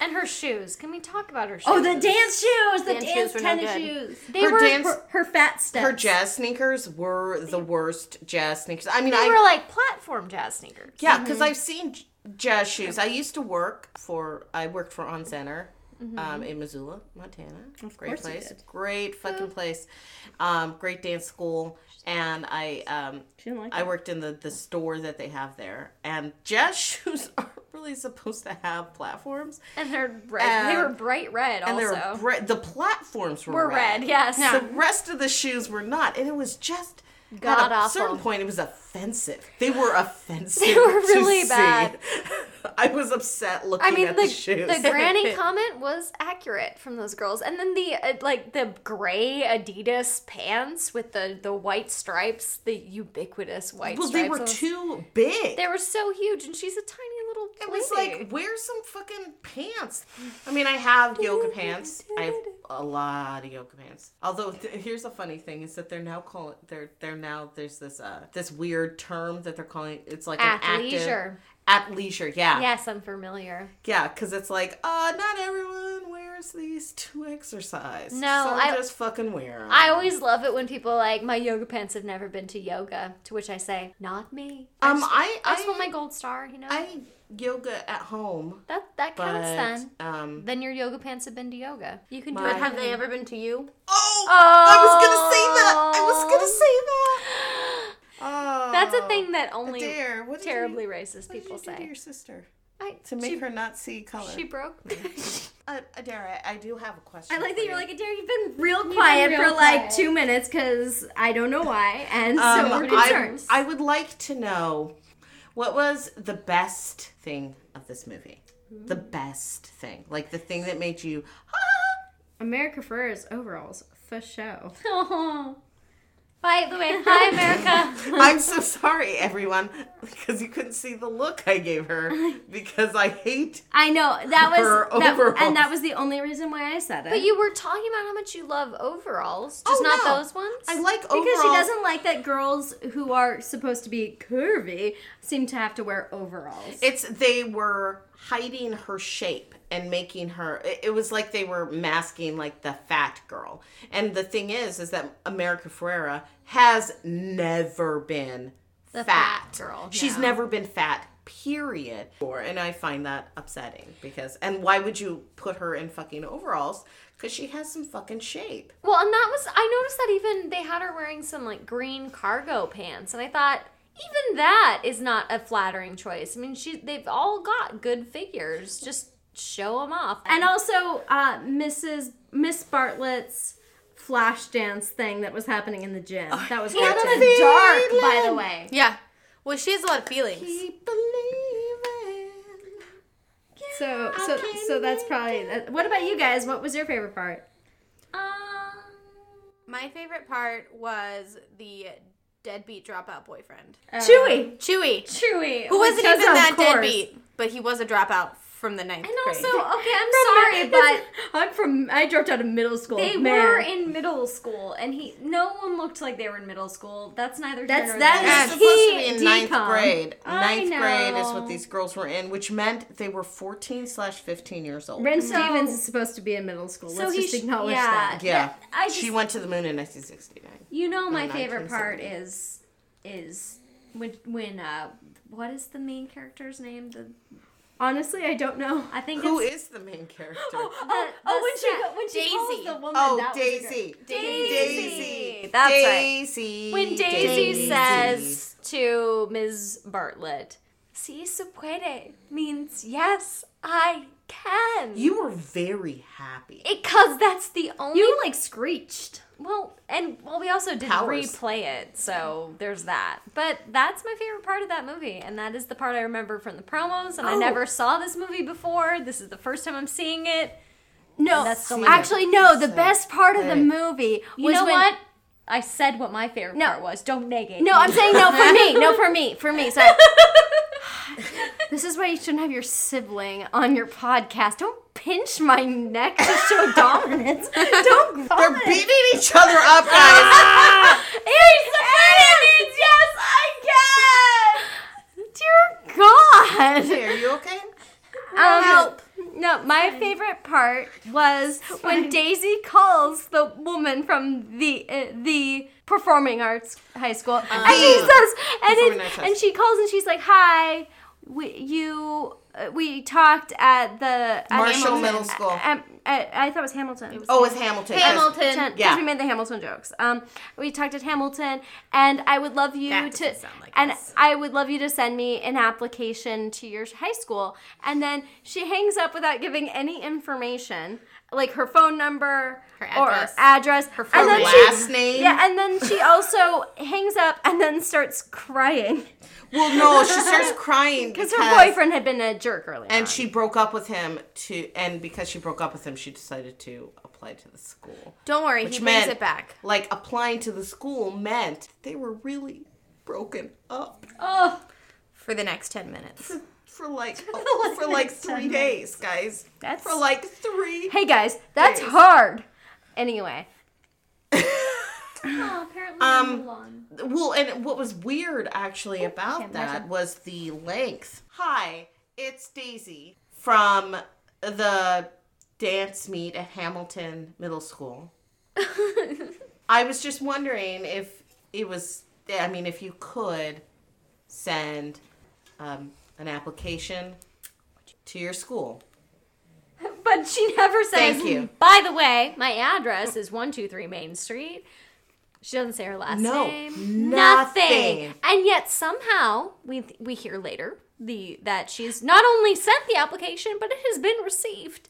S4: and her shoes. Can we talk about her shoes?
S2: Oh, the dance shoes, the
S6: Dance
S2: dance,
S6: shoes were no
S2: tennis
S6: good.
S2: shoes.
S4: They
S1: her
S4: were
S1: dance
S2: Her, her fat steps.
S1: her jazz sneakers were the worst jazz sneakers. I mean,
S4: they
S1: I
S4: were like platform jazz sneakers.
S1: Yeah, because I've seen j- jazz shoes. I used to work for I worked for On Center um, in Missoula, Montana. great
S2: Mm-hmm. course you
S1: place,
S2: did.
S1: great fucking place, um, great dance school, and I um,
S2: She didn't like
S1: I worked in the the store that they have there, and jazz [laughs] shoes aren't really supposed to have platforms,
S4: And they're red. they
S1: Um,
S4: were bright red
S1: and
S4: also.
S1: they were bre- the platforms were,
S4: Were red, yes.
S1: The rest of the shoes were not, and it was just. at
S4: God
S1: a
S4: awful.
S1: certain point, it was offensive. They
S4: [laughs]
S1: were offensive.
S4: They were
S1: to
S4: really
S1: see.
S4: bad.
S1: [laughs] I was upset looking
S4: I mean,
S1: at
S4: the,
S1: the, shoes. [laughs]
S4: the granny comment was accurate from those girls, and then the uh, like the gray Adidas pants with the the white stripes, the ubiquitous white
S1: well,
S4: stripes.
S1: they were
S4: I was-
S1: too big.
S4: They were so huge, and she's a tiny little.
S1: it was
S4: lady.
S1: like, wear some fucking pants. I mean, I have yoga pants. I have a lot of yoga pants. Although, th- here's a funny thing: is that they're now calling they're they're now there's this uh this weird term that they're calling it's like an active
S4: Athleisure.
S1: at leisure. Yeah,
S4: Yes, I'm familiar.
S1: yeah, because it's like, uh, not everyone wears wears these to exercise.
S4: No,
S1: Some
S4: I-
S1: just fucking wear 'em.
S4: I always love it when people are like my yoga pants have never been to yoga, to which I say, not me.
S1: um, I
S4: I just want
S1: I,
S4: my gold star, you know.
S1: I yoga at home,
S4: that that
S1: but
S4: counts then.
S1: um,
S4: Then your yoga pants have been to yoga. You can do
S1: My-
S4: it.
S6: But have they ever been to you?
S1: Oh, I was gonna say that. I was gonna say that. Oh,
S4: [gasps] That's a thing that only
S1: Dare, what did you-
S4: terribly racist
S1: what did
S4: people
S1: you do to
S4: say.
S1: your sister
S4: I-
S1: to make her not see color.
S4: She broke me.
S1: [laughs]
S4: [laughs]
S1: uh, Adair, I, I do have a question.
S4: I like that
S1: for
S4: you're
S1: you.
S4: like, Adair, you've been real quiet
S10: real
S4: for like
S10: quiet.
S4: two minutes because I don't know why, and so
S1: Um,
S4: we're
S1: I,
S4: concerned.
S1: I would like to know what was the best thing of this movie. The best thing, like the thing that made you.
S2: America Ferrer's overalls for show.
S4: [laughs] By the way,
S1: [laughs]
S4: hi America.
S1: I'm [laughs] so sorry, everyone, because you couldn't see the look I gave [laughs] her because I hate.
S4: I know that was
S1: Her
S4: that,
S1: overalls.
S2: And that was the only reason why I said it.
S11: But you were talking about how much you love overalls, just
S1: Oh,
S11: not
S1: no.
S11: those ones.
S1: I like overall.
S2: because she doesn't like that girls who are supposed to be curvy seem to have to wear overalls.
S1: It's they were hiding her shape and making her. It, it was like they were masking like the fat girl. And the thing is, is that America Ferrera has never been fat. girl. She's never been fat. Period. Or and I find that upsetting because and why would you put her in fucking overalls? Because she has some fucking shape.
S11: Well, and that was I noticed that even they had her wearing some like green cargo pants, and I thought even that is not a flattering choice. I mean, she they've all got good figures, just show them off.
S2: and also uh, Mrs. Miss Bartlett's flash dance thing that was happening in the gym. That was kind
S4: in the dark, by the way.
S6: Yeah. Well, she has a lot of feelings.
S1: Keep believing.
S2: so so so that's probably that. What about you guys? What was your favorite part?
S6: My favorite part was the deadbeat dropout boyfriend.
S2: Uh, Chewy.
S6: Chewy.
S2: Chewy.
S6: Who wasn't even that
S2: deadbeat?
S6: deadbeat, but he was a dropout from the ninth
S4: And
S6: grade.
S4: also, okay, I'm sorry, but
S2: I'm from I dropped out of middle school.
S4: they
S2: Man.
S4: were in middle school, and he no one looked like they were in middle school. That's neither. here
S2: That's-
S4: nor
S2: that
S4: there.
S2: is-
S1: supposed to be
S2: He
S1: in ninth
S2: decom.
S1: grade.
S4: I
S1: Ninth grade is
S4: know.
S1: what these girls were in, which meant they were 14 slash 15 years old.
S2: Ren Stevens is supposed to be in middle school. Let's
S4: he
S2: just
S4: sh-
S2: acknowledge
S4: yeah.
S2: that.
S1: yeah.
S4: I
S1: she
S4: just-
S1: went to the moon in 1969.
S4: You know, my
S1: In
S4: favorite part
S1: 1970.
S4: is is when when uh what is the main character's name? The
S2: Honestly, I don't know.
S4: I think
S1: Who
S4: it's
S1: is the main character?
S4: the, oh when she go- when she calls
S6: Daisy.
S4: the woman
S1: oh,
S4: that was a girl.
S1: Daisy.
S4: Daisy.
S1: Daisy.
S4: That's right.
S1: Daisy.
S4: When Daisy, says to Ms. Bartlett, "Si se puede," means yes, I can.
S1: You were very happy.
S4: because that's the only
S2: You like screeched.
S4: Well, and well, we also did
S1: Powers.
S4: replay it, so there's that. But that's my favorite part of that movie, and that is the part I remember from the promos.
S2: Oh.
S4: And I never saw this movie before. This is the first time I'm seeing it.
S2: No,
S4: That's the
S2: actually, no. The best part of the movie was
S4: You know
S2: when-
S4: what? I said what my favorite part was. Don't negate.
S2: No,
S4: me.
S2: I'm saying no for me. No for me. For me.
S6: [laughs]
S2: Sorry. this is why you shouldn't have your sibling on your podcast. Don't pinch my neck to
S6: [laughs]
S2: show dominance.
S4: [laughs]
S2: Don't. grow-
S1: They're beating each other up, guys.
S2: [laughs] Dear God.
S1: Hey, Are you okay?
S2: Um, No, my favorite part
S1: [laughs]
S2: was when Daisy calls the woman from the uh, the performing arts high school, and she says, and
S1: Performing
S2: it,
S1: Uh-huh. arts high
S2: and she calls and she's like, "Hi, we, you, uh, we talked at the at
S1: Marshall
S2: Hamilton-
S1: Middle School.
S2: At, at- I thought it was Hamilton.
S1: Oh, it's Hamilton. Hamilton.
S2: Hamilton,
S1: Yeah.
S2: because we made the Hamilton jokes. Um, we talked at Hamilton, and I would love you
S6: That
S2: to
S6: doesn't sound like
S2: and
S6: us.
S2: I would love you to send me an application to your high school. And then she hangs up without giving any information, like her phone number,
S6: Her
S2: or
S6: address.
S2: address, her
S1: Her last name.
S2: Yeah, and then she also hangs up and then starts crying
S1: Well, no, she starts
S4: [laughs]
S1: crying
S2: because
S1: because
S2: her boyfriend had been a jerk earlier.
S1: And
S2: on.
S1: she broke up with him to, and because she broke up with him, she decided to apply to the school.
S6: Don't worry,
S1: Which
S6: he brings
S1: meant-
S6: it back.
S1: Like applying to the school meant they were really broken up
S6: for the next 10 minutes.
S1: for
S6: [laughs]
S1: like for like three days, guys.
S2: That's-
S1: for like three.
S2: hey guys, that's hard. Anyway,
S1: Um, well, and what was weird actually about that was the length. Hi, it's Daisy from the dance meet at Hamilton Middle School. I was just wondering if it was, I mean, if you could send um, an application to your school.
S2: But she never says.
S1: Thank you.
S2: By the way, my address is one two three Main Street. She doesn't say her last
S1: No,
S2: name.
S1: nothing.
S2: And yet somehow we we hear later the that she's not only sent the application but it has been received.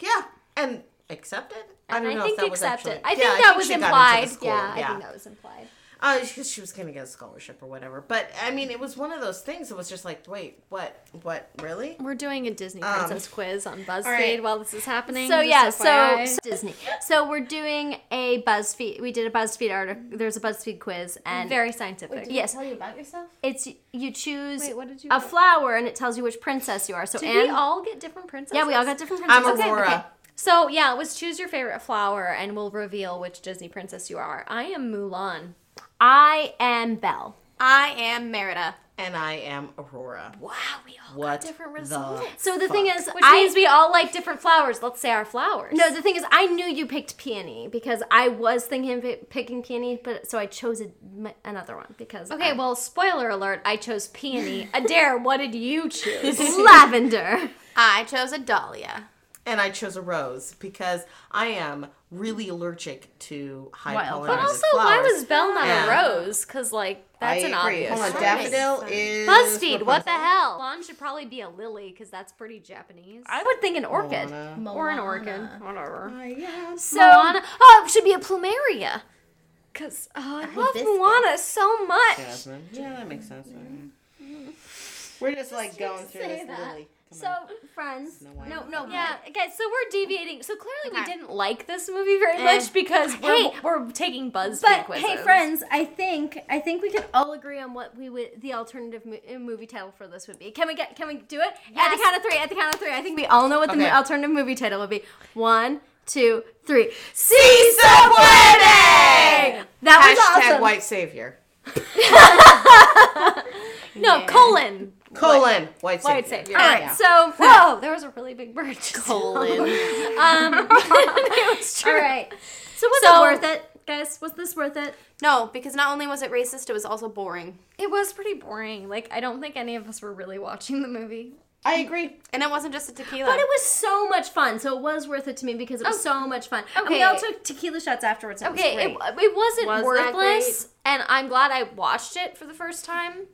S1: Yeah, and accepted. I
S2: And
S1: don't
S2: I
S1: know
S2: think
S1: if that was
S2: accepted.
S1: actually-
S2: I think
S1: Yeah,
S2: that was
S1: she got into
S2: implied.
S1: the school,
S2: Yeah, I think that was implied.
S1: Uh, she, she was gonna get a scholarship or whatever. But I mean, it was one of those things. It was just like, wait, what, what, really?
S4: We're doing a Disney
S1: Um,
S4: princess quiz on BuzzFeed while this is happening.
S2: So
S4: just
S2: yeah, so,
S4: FYI.
S2: so [laughs] Disney. So we're doing a BuzzFeed. We did a BuzzFeed article. There's a BuzzFeed quiz and
S4: very scientific.
S2: yes,
S7: Tell you about yourself?
S2: it's you choose
S4: what did you
S2: a flower and it tells you which princess you are. So
S4: Did
S2: Anne,
S4: we all get different princesses?
S2: yeah, we all got different
S1: I'm
S2: princesses.
S1: Aurora.
S4: So yeah, it was choose your favorite flower, and we'll reveal which Disney princess you are. I am Mulan.
S2: I am Belle.
S6: I am Merida.
S1: And I am Aurora.
S4: Wow, we all
S1: What
S4: different
S1: the
S4: results.
S2: So the thing is,
S4: Which
S2: I
S4: means we all like different flowers. Let's say our flowers.
S2: no. The thing is, I knew you picked peony because I was thinking of pi- picking peony, but so I chose a, m- another one because
S4: Okay, well, spoiler alert. I chose [laughs] peony. Adair, what did you [laughs] choose?
S2: I- lavender.
S6: I chose a dahlia.
S1: And I chose a rose because I am really allergic to high pollinated
S4: But also, why
S1: flowers.
S4: was Belle not
S1: Yeah.
S4: a rose? Because like that's
S1: I
S4: an
S1: agree.
S4: obvious.
S1: Hold on,
S4: choice.
S1: daffodil is
S4: Buzzfeed, what the hell? Mulan should probably be a lily because that's pretty Japanese.
S2: I would think an orchid.
S4: Or an orchid, whatever.
S1: Ah,
S2: So
S4: Moana. Oh, it should be a plumeria. Cause oh, I love
S7: hibiscus.
S4: Moana so much.
S1: Jasmine. Yeah, that makes sense. We're just like going through this literally. Come
S2: so [laughs]
S1: on.
S2: friends.
S1: No, why
S2: No,
S1: not?
S2: no,
S4: Yeah, guys. So we're deviating. So clearly
S6: Okay.
S4: we didn't like this movie very much because we're,
S2: Hey.
S4: we're taking BuzzFeed
S2: But
S4: quizzes.
S2: hey, friends, I think I think we could all agree on what we would the alternative mo- uh, movie title for this would be. Can we get? Can we do it? At the count of three. At the count of three. I think we all know what the
S1: Okay.
S2: mo- alternative movie title would be. One, two, three. See some wedding. That was
S1: Hashtag
S2: awesome.
S1: white savior.
S4: No, colon.
S1: Colon white savior.
S4: White savior.
S2: All right. So
S4: Whoa, Oh, there was a really big [laughs] bird.
S2: [laughs]
S4: Colon.
S2: all right. [laughs] So was
S6: So-
S2: it worth it, guys? Was this worth it?
S6: No, because not only was it racist, it was also boring.
S4: it was pretty boring. Like I don't think any of us were really watching the movie.
S1: I agree.
S6: And it wasn't just a tequila.
S2: But it was so much fun, so it was worth it to me because it was so much fun. And we
S4: Okay.
S2: all took tequila shots afterwards. and it was
S4: Okay,
S2: great.
S4: it, it wasn't
S6: Was that
S4: worthless, and I'm glad I watched it for the first time.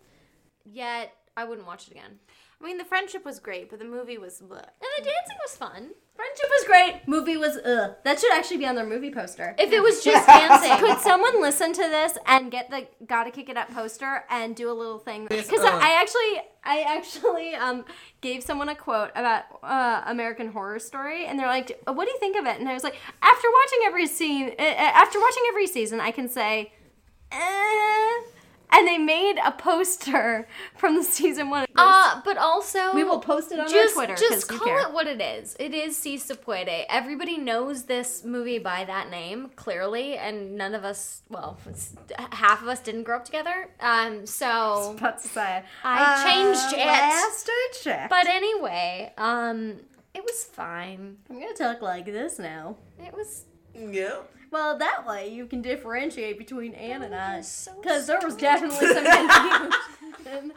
S4: Yet I wouldn't watch it again.
S6: I mean, the friendship was great, but the movie was. Bleh.
S4: And the dancing was fun.
S2: Friendship was great. Movie was ugh. That should actually be on their movie poster.
S4: If
S2: [laughs]
S4: it was just dancing,
S2: Could someone listen to this and get the "Gotta Kick It Up" poster and do a little thing? Because
S1: ugh.
S2: I actually, I actually um, gave someone a quote about uh, American Horror Story, and they're like, "What do you think of it?" And I was like, "After watching every scene, uh, uh, after watching every season, I can say." Eh. And they made a poster from the season one.
S4: uh, but also
S2: we will post it on
S4: just
S2: our Twitter. 'cause
S4: just
S2: we
S4: call
S2: care.
S4: it what it is. It is Si Se Puede. Everybody knows this movie by that name clearly, and none of us, well, it's- half of us didn't grow up together. Um, so
S2: About to say.
S4: I changed it.
S2: Last I checked.
S4: But anyway, um, it was fine.
S2: I'm gonna talk like this now.
S4: It was
S1: Yeah.
S2: Well, that way you can differentiate between Anne and I. Because there was definitely some
S4: [laughs]
S2: confusion.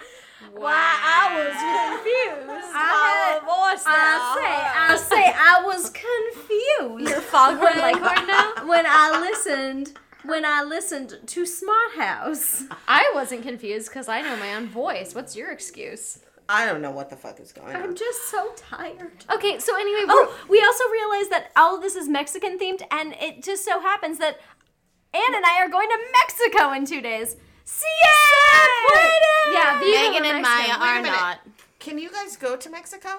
S2: Why I was confused. I had,
S4: voice
S2: I say, I say, I was confused. Your foghorn leghorn now. [laughs] When I listened, when I listened to Smart House.
S4: I wasn't confused because I know my own voice. What's your excuse?
S1: I don't know what the fuck is going on.
S2: I'm just so tired.
S4: Okay, so anyway, we're-
S2: Oh, we also realized that all of this is Mexican themed, and it just so happens that Anne and I are going to Mexico in two days. See ya!
S4: yeah, Viva
S6: Megan
S4: la
S6: and Maya
S4: Mexican.
S2: [laughs]
S6: are not.
S1: Can you guys go to Mexico?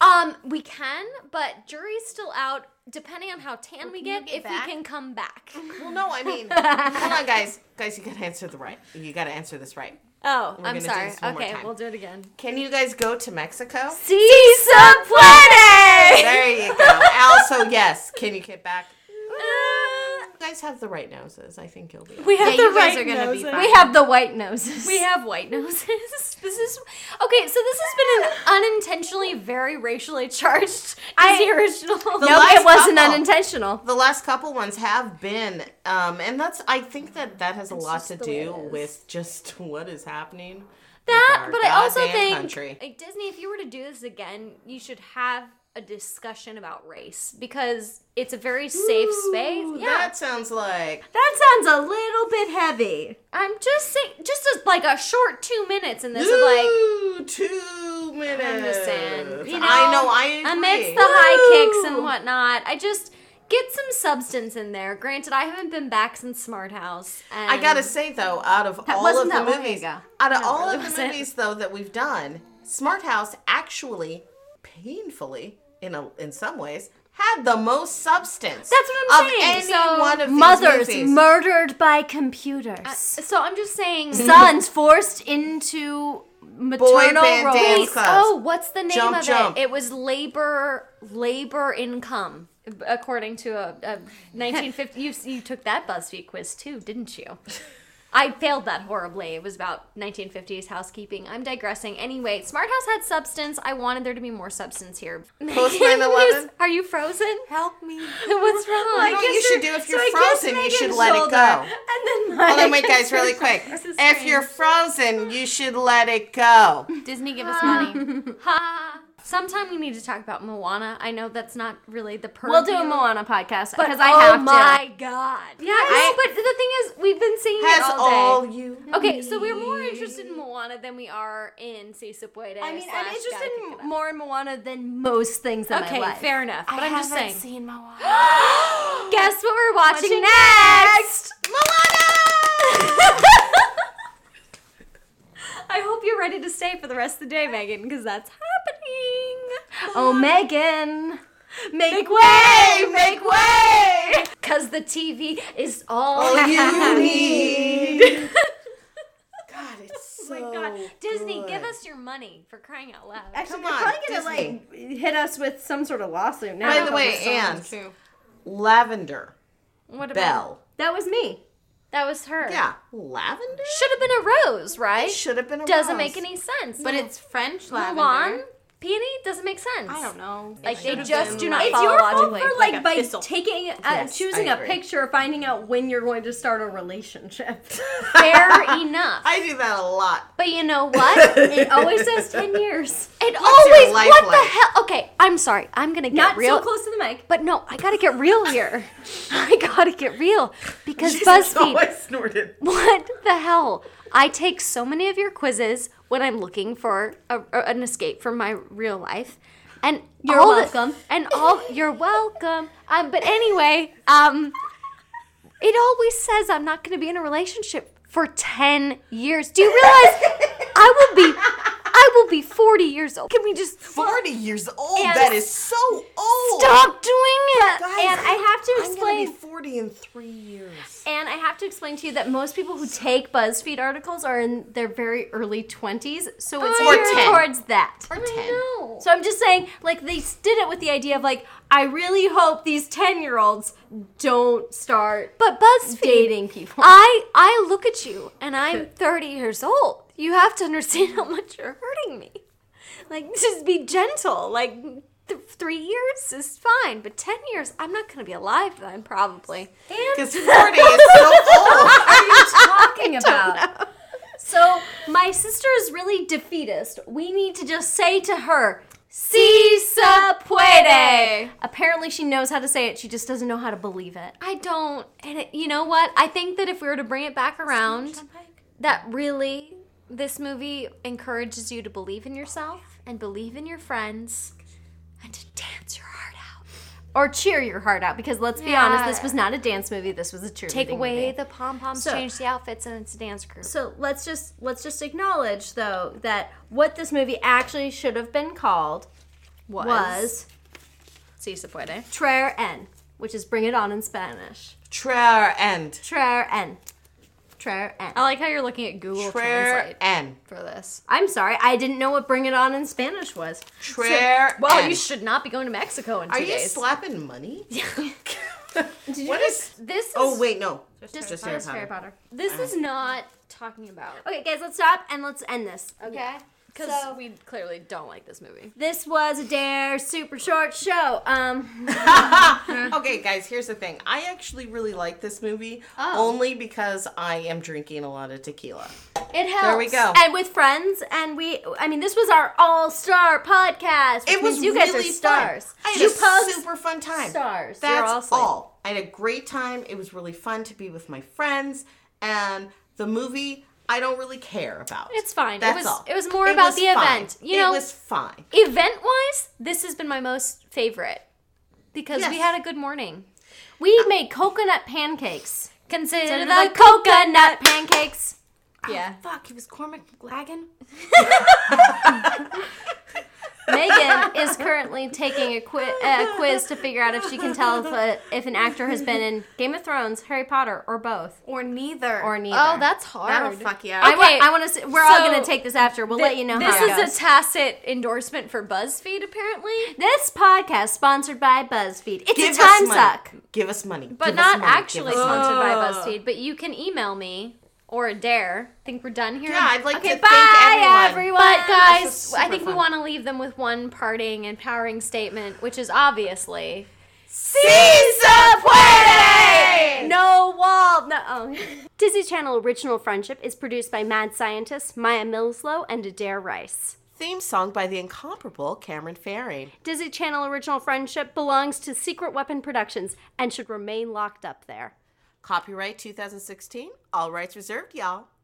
S4: Um, we can, but jury's still out. Depending on how tan we get, if
S6: back?
S4: we can come back.
S1: Well, no, I mean, hold on, guys. Guys, you gotta answer the right. You gotta answer this right.
S4: Oh,
S1: gonna
S4: I'm
S1: do
S4: sorry.
S1: this one more
S4: Okay,
S1: time.
S4: we'll do it again.
S1: Can you guys go to Mexico?
S2: See some planet!
S4: [laughs]
S1: There you go. also, yes. Can you get back?
S2: I
S1: You guys have the right noses. I think you'll be.
S6: We have
S4: Yeah,
S6: the
S4: you guys
S6: right
S4: are gonna be
S6: noses.
S2: We have the white noses.
S4: We have white noses. [laughs] This is okay. So this has been an unintentionally very racially charged
S2: I- [laughs]
S4: Disney original.
S1: The
S2: no,
S1: last
S2: it wasn't
S1: couple-
S2: unintentional.
S1: The last couple ones have been, um, and that's. I think that that has a lot
S4: just
S1: to
S4: the way
S1: do
S4: it is.
S1: with just [laughs] what is happening.
S4: that,
S1: with our
S4: but I also
S1: goddamn
S4: think
S1: country.
S4: like Disney, if you were to do this again, you should have a discussion about race because it's a very safe space.
S1: Ooh,
S4: Yeah,
S1: That sounds like
S2: That sounds a little bit heavy.
S4: I'm just saying, just as like a short two minutes in this of like
S1: Ooh, two minutes.
S4: I'm just saying, you
S1: I
S4: know,
S1: know. I agree.
S4: amidst the high kicks and whatnot. I just get some substance in there. Granted, I haven't been back since Smart House. And
S1: I gotta say though, out of all of
S2: wasn't
S1: the
S2: that long
S1: movies,
S2: ago.
S1: out of all
S4: really
S1: of the
S4: wasn't.
S1: movies though that we've done, Smart House actually, painfully in a, in some ways, had the most substance.
S4: That's what I'm
S1: of
S4: saying.
S1: Any
S4: So,
S1: one of these
S2: Mothers
S1: movies.
S2: murdered by computers.
S4: So I'm just
S1: [laughs]
S4: saying.
S2: Sons forced into maternal
S1: band
S2: roles.
S1: dance club.
S4: Oh, what's the name
S1: Jump,
S4: of
S1: jump.
S4: it? It was labor labor income, according to a, [laughs] a 1950. you you took that BuzzFeed quiz too, didn't you? [laughs] I failed that horribly. It was about 1950s housekeeping. I'm digressing. Anyway, Smart House had substance. I wanted there to be more substance [laughs] here.
S1: Post
S4: [laughs]
S1: 9/11?
S4: Are
S2: [laughs]
S4: you frozen?
S6: Help me.
S4: What's wrong?
S1: You know what you should do if you're frozen? You should let it go.
S2: And
S1: [laughs]
S2: then
S1: Hold on, wait, guys, really quick. If you're frozen, you should let it go.
S6: Disney, give us money.
S4: Ha. Sometime we need to talk about Moana. I know that's not really the purview.
S2: We'll do a Moana podcast
S4: But
S2: because I have
S4: oh
S2: to.
S4: my god! Yeah, I know, but the thing is, we've been singing it
S1: Has
S4: all day.
S1: all you?
S4: okay, so we're more interested in Moana than we are in Si Se Puede.
S2: I mean, I'm
S4: slash
S2: interested
S4: Gotta Pick It Up.
S2: in more in Moana than most things in
S4: Okay,
S2: my life.
S4: fair enough. But I am just saying.
S6: seen
S4: [gasps]
S6: Moana.
S4: Guess what we're watching, next? Moana. [laughs] I hope you're ready to stay for the rest of the day, Megan, because that's [gasps] happening.
S2: Oh, Megan, make,
S4: way, make way. Cause the TV is all
S1: All you need.
S4: [laughs]
S1: God, it's so.
S4: Oh my god. Disney, give us your money for crying out loud.
S2: Actually,
S1: Come
S2: they're
S1: on,
S2: probably gonna
S1: Disney.
S2: like hit us with some sort of lawsuit now.
S1: By the way, Anne, lavender
S4: What about
S1: bell.
S2: that was me.
S4: that was her.
S1: Yeah, lavender
S4: Should have been a rose, right?
S1: should have been. A
S4: Doesn't
S1: rose.
S4: make any sense.
S6: But it's French lavender.
S4: Mulan, peony, doesn't make sense.
S6: I don't know.
S4: Like they just do not
S2: It's
S4: follow
S2: your fault
S4: logically.
S2: for like,
S6: like a
S2: by
S6: thistle.
S2: taking uh,
S1: Yes,
S2: choosing
S1: I
S2: a
S1: agree.
S2: picture, finding out when you're going to start a relationship. [laughs]
S4: [laughs] Fair enough.
S1: I do that a
S4: [laughs]
S1: lot.
S4: But you know what? [laughs]
S2: it always says ten years.
S4: It
S1: What's your
S4: always
S1: life
S4: what
S1: like?
S4: the hell? Okay, I'm sorry. I'm gonna get
S2: Not
S4: real.
S2: so close to the mic.
S4: But no, I gotta get real [laughs] here. I gotta get real because
S1: Oh,
S4: BuzzFeed.
S1: I snorted.
S4: What the hell? I take so many of your quizzes when I'm looking for a, a- an escape from my real life, and
S2: You're
S4: all the-
S2: welcome.
S4: and all you're welcome. Um, but anyway, um, it always says I'm not going to be in a relationship for ten years. Do you
S1: [laughs]
S4: realize I will be? I will be 40 years old. Can we just
S1: Forty years old.
S4: And-
S1: that is so old.
S4: stop doing it?
S1: Guys,
S4: and I have to
S1: I'm gonna
S4: explain.
S1: be forty in three years.
S2: And I have to explain to you that most people who take BuzzFeed articles are in their very early 20s, so
S4: Oh,
S2: it's
S1: Or
S2: geared
S1: 10.
S2: towards that.
S1: ten.
S2: So I'm just saying, like, they did it with the idea of, like, I really hope these 10 year olds don't start
S4: But BuzzFeed.
S2: dating people.
S4: I I look at you
S2: [laughs]
S4: and I'm 30 years old. You have to understand how much you're hurting me. Like just be gentle. Like th- 3 years is fine, but 10 years I'm not going to be alive then probably.
S1: Because forty is
S4: [laughs]
S1: so old.
S2: talking about. So my sister is really defeatist. We need to just say to her, "Si se puede." Apparently, she knows how to say it. She just doesn't know how to believe it.
S4: I don't and it, you know what? I think that if we were to bring it back around that really this movie encourages you to believe in yourself and believe in your friends and to dance your heart out.
S2: Or cheer your heart out, because let's be honest, this was not a dance movie. This was a cheerleading
S4: Take away
S2: movie.
S4: the pom poms,
S2: So-
S4: change the outfits, and it's a dance group.
S2: so let's just let's just acknowledge though that what this movie actually should have been called was,
S4: Si se puede.
S2: Traer En, which is Bring It On in Spanish.
S1: Traer end.
S2: Traer En. Traer En.
S4: I like how you're looking at Google
S1: Traer
S4: Translate
S1: end.
S4: for this.
S2: I'm sorry, I didn't know what "Bring It On" in Spanish was.
S1: Traer.
S4: Well,
S1: end.
S4: you should not be going to Mexico in two
S1: Are you
S4: [laughs]
S1: [laughs]
S4: days.
S1: slapping money?
S2: Did you
S12: What
S2: guys-
S12: is-
S2: this? Is,
S12: Oh wait, no.
S2: just,
S12: just
S2: just
S12: Harry
S2: Harry Potter.
S4: This is not talking about.
S2: Okay, guys, let's stop and let's end this.
S4: Okay. Because
S2: So-
S4: we clearly don't like this movie.
S2: This was a dare super short show. Um,
S4: [laughs]
S1: Okay, guys, here's the thing. I actually really like this movie
S4: Oh.
S1: only because I am drinking a lot of tequila.
S2: it helps.
S1: There we go.
S2: And with friends, and we. I mean, this was our all star podcast. Which
S1: It was
S2: means you guys
S1: really
S2: are stars.
S1: Fun. I had
S2: You
S1: a
S2: pugs,
S1: super fun time.
S2: stars. You're
S1: That's
S2: all
S1: all,
S2: slay.
S1: I had a great time. It was really fun to be with my friends, and the movie I don't really care about.
S4: It's fine.
S1: That's
S4: it was
S1: all.
S4: it was more about
S1: was
S4: the
S1: fine.
S4: event. You know,
S1: it was fine.
S4: event wise, this has been my most favorite because we
S1: Yes.
S4: had a good morning.
S2: We made coconut pancakes.
S4: Consider
S2: Consider
S4: the
S2: the coconut pancakes.
S4: Yeah.
S6: Fuck, it was Cormac McLagan.
S4: [laughs]
S2: Megan is currently taking a, qui- a quiz to figure out if she can tell if, a, if an actor has been in [laughs] Game of Thrones, Harry Potter, or both.
S6: Or neither.
S2: Or neither.
S4: Oh, that's
S6: That'll
S4: hard.
S6: fuck you
S2: I
S6: up.
S2: want.
S4: Okay,
S2: I want to. We're all
S4: so
S2: gonna take this after. We'll let you know.
S4: This
S2: how it
S4: is
S2: goes.
S4: a tacit endorsement for BuzzFeed, apparently,
S2: this podcast sponsored by BuzzFeed. It's
S1: Give
S2: a
S1: us
S2: time
S1: money.
S2: suck.
S1: Give us money.
S4: but
S1: Give us
S4: not
S1: money. Give
S4: actually
S1: us money.
S4: sponsored by
S1: Oh.
S4: BuzzFeed. But you can email me or a dare. Think we're done here.
S1: Yeah, I'd like
S4: okay,
S1: to
S4: bye.
S1: thank everyone.
S2: everyone.
S4: But
S1: This
S4: guys,
S1: was
S4: I
S1: super
S4: think we
S1: fun.
S4: want to leave them with one parting empowering statement, which is obviously
S2: No wall. No. Oh. [laughs] Disney Channel Original Friendship is produced by mad scientists Maya Millslow and Adair Rice.
S1: Theme song by the incomparable Cameron Farring.
S2: Disney Channel Original Friendship belongs to Secret Weapon Productions and should remain locked up there.
S1: Copyright 2016. All rights reserved, y'all.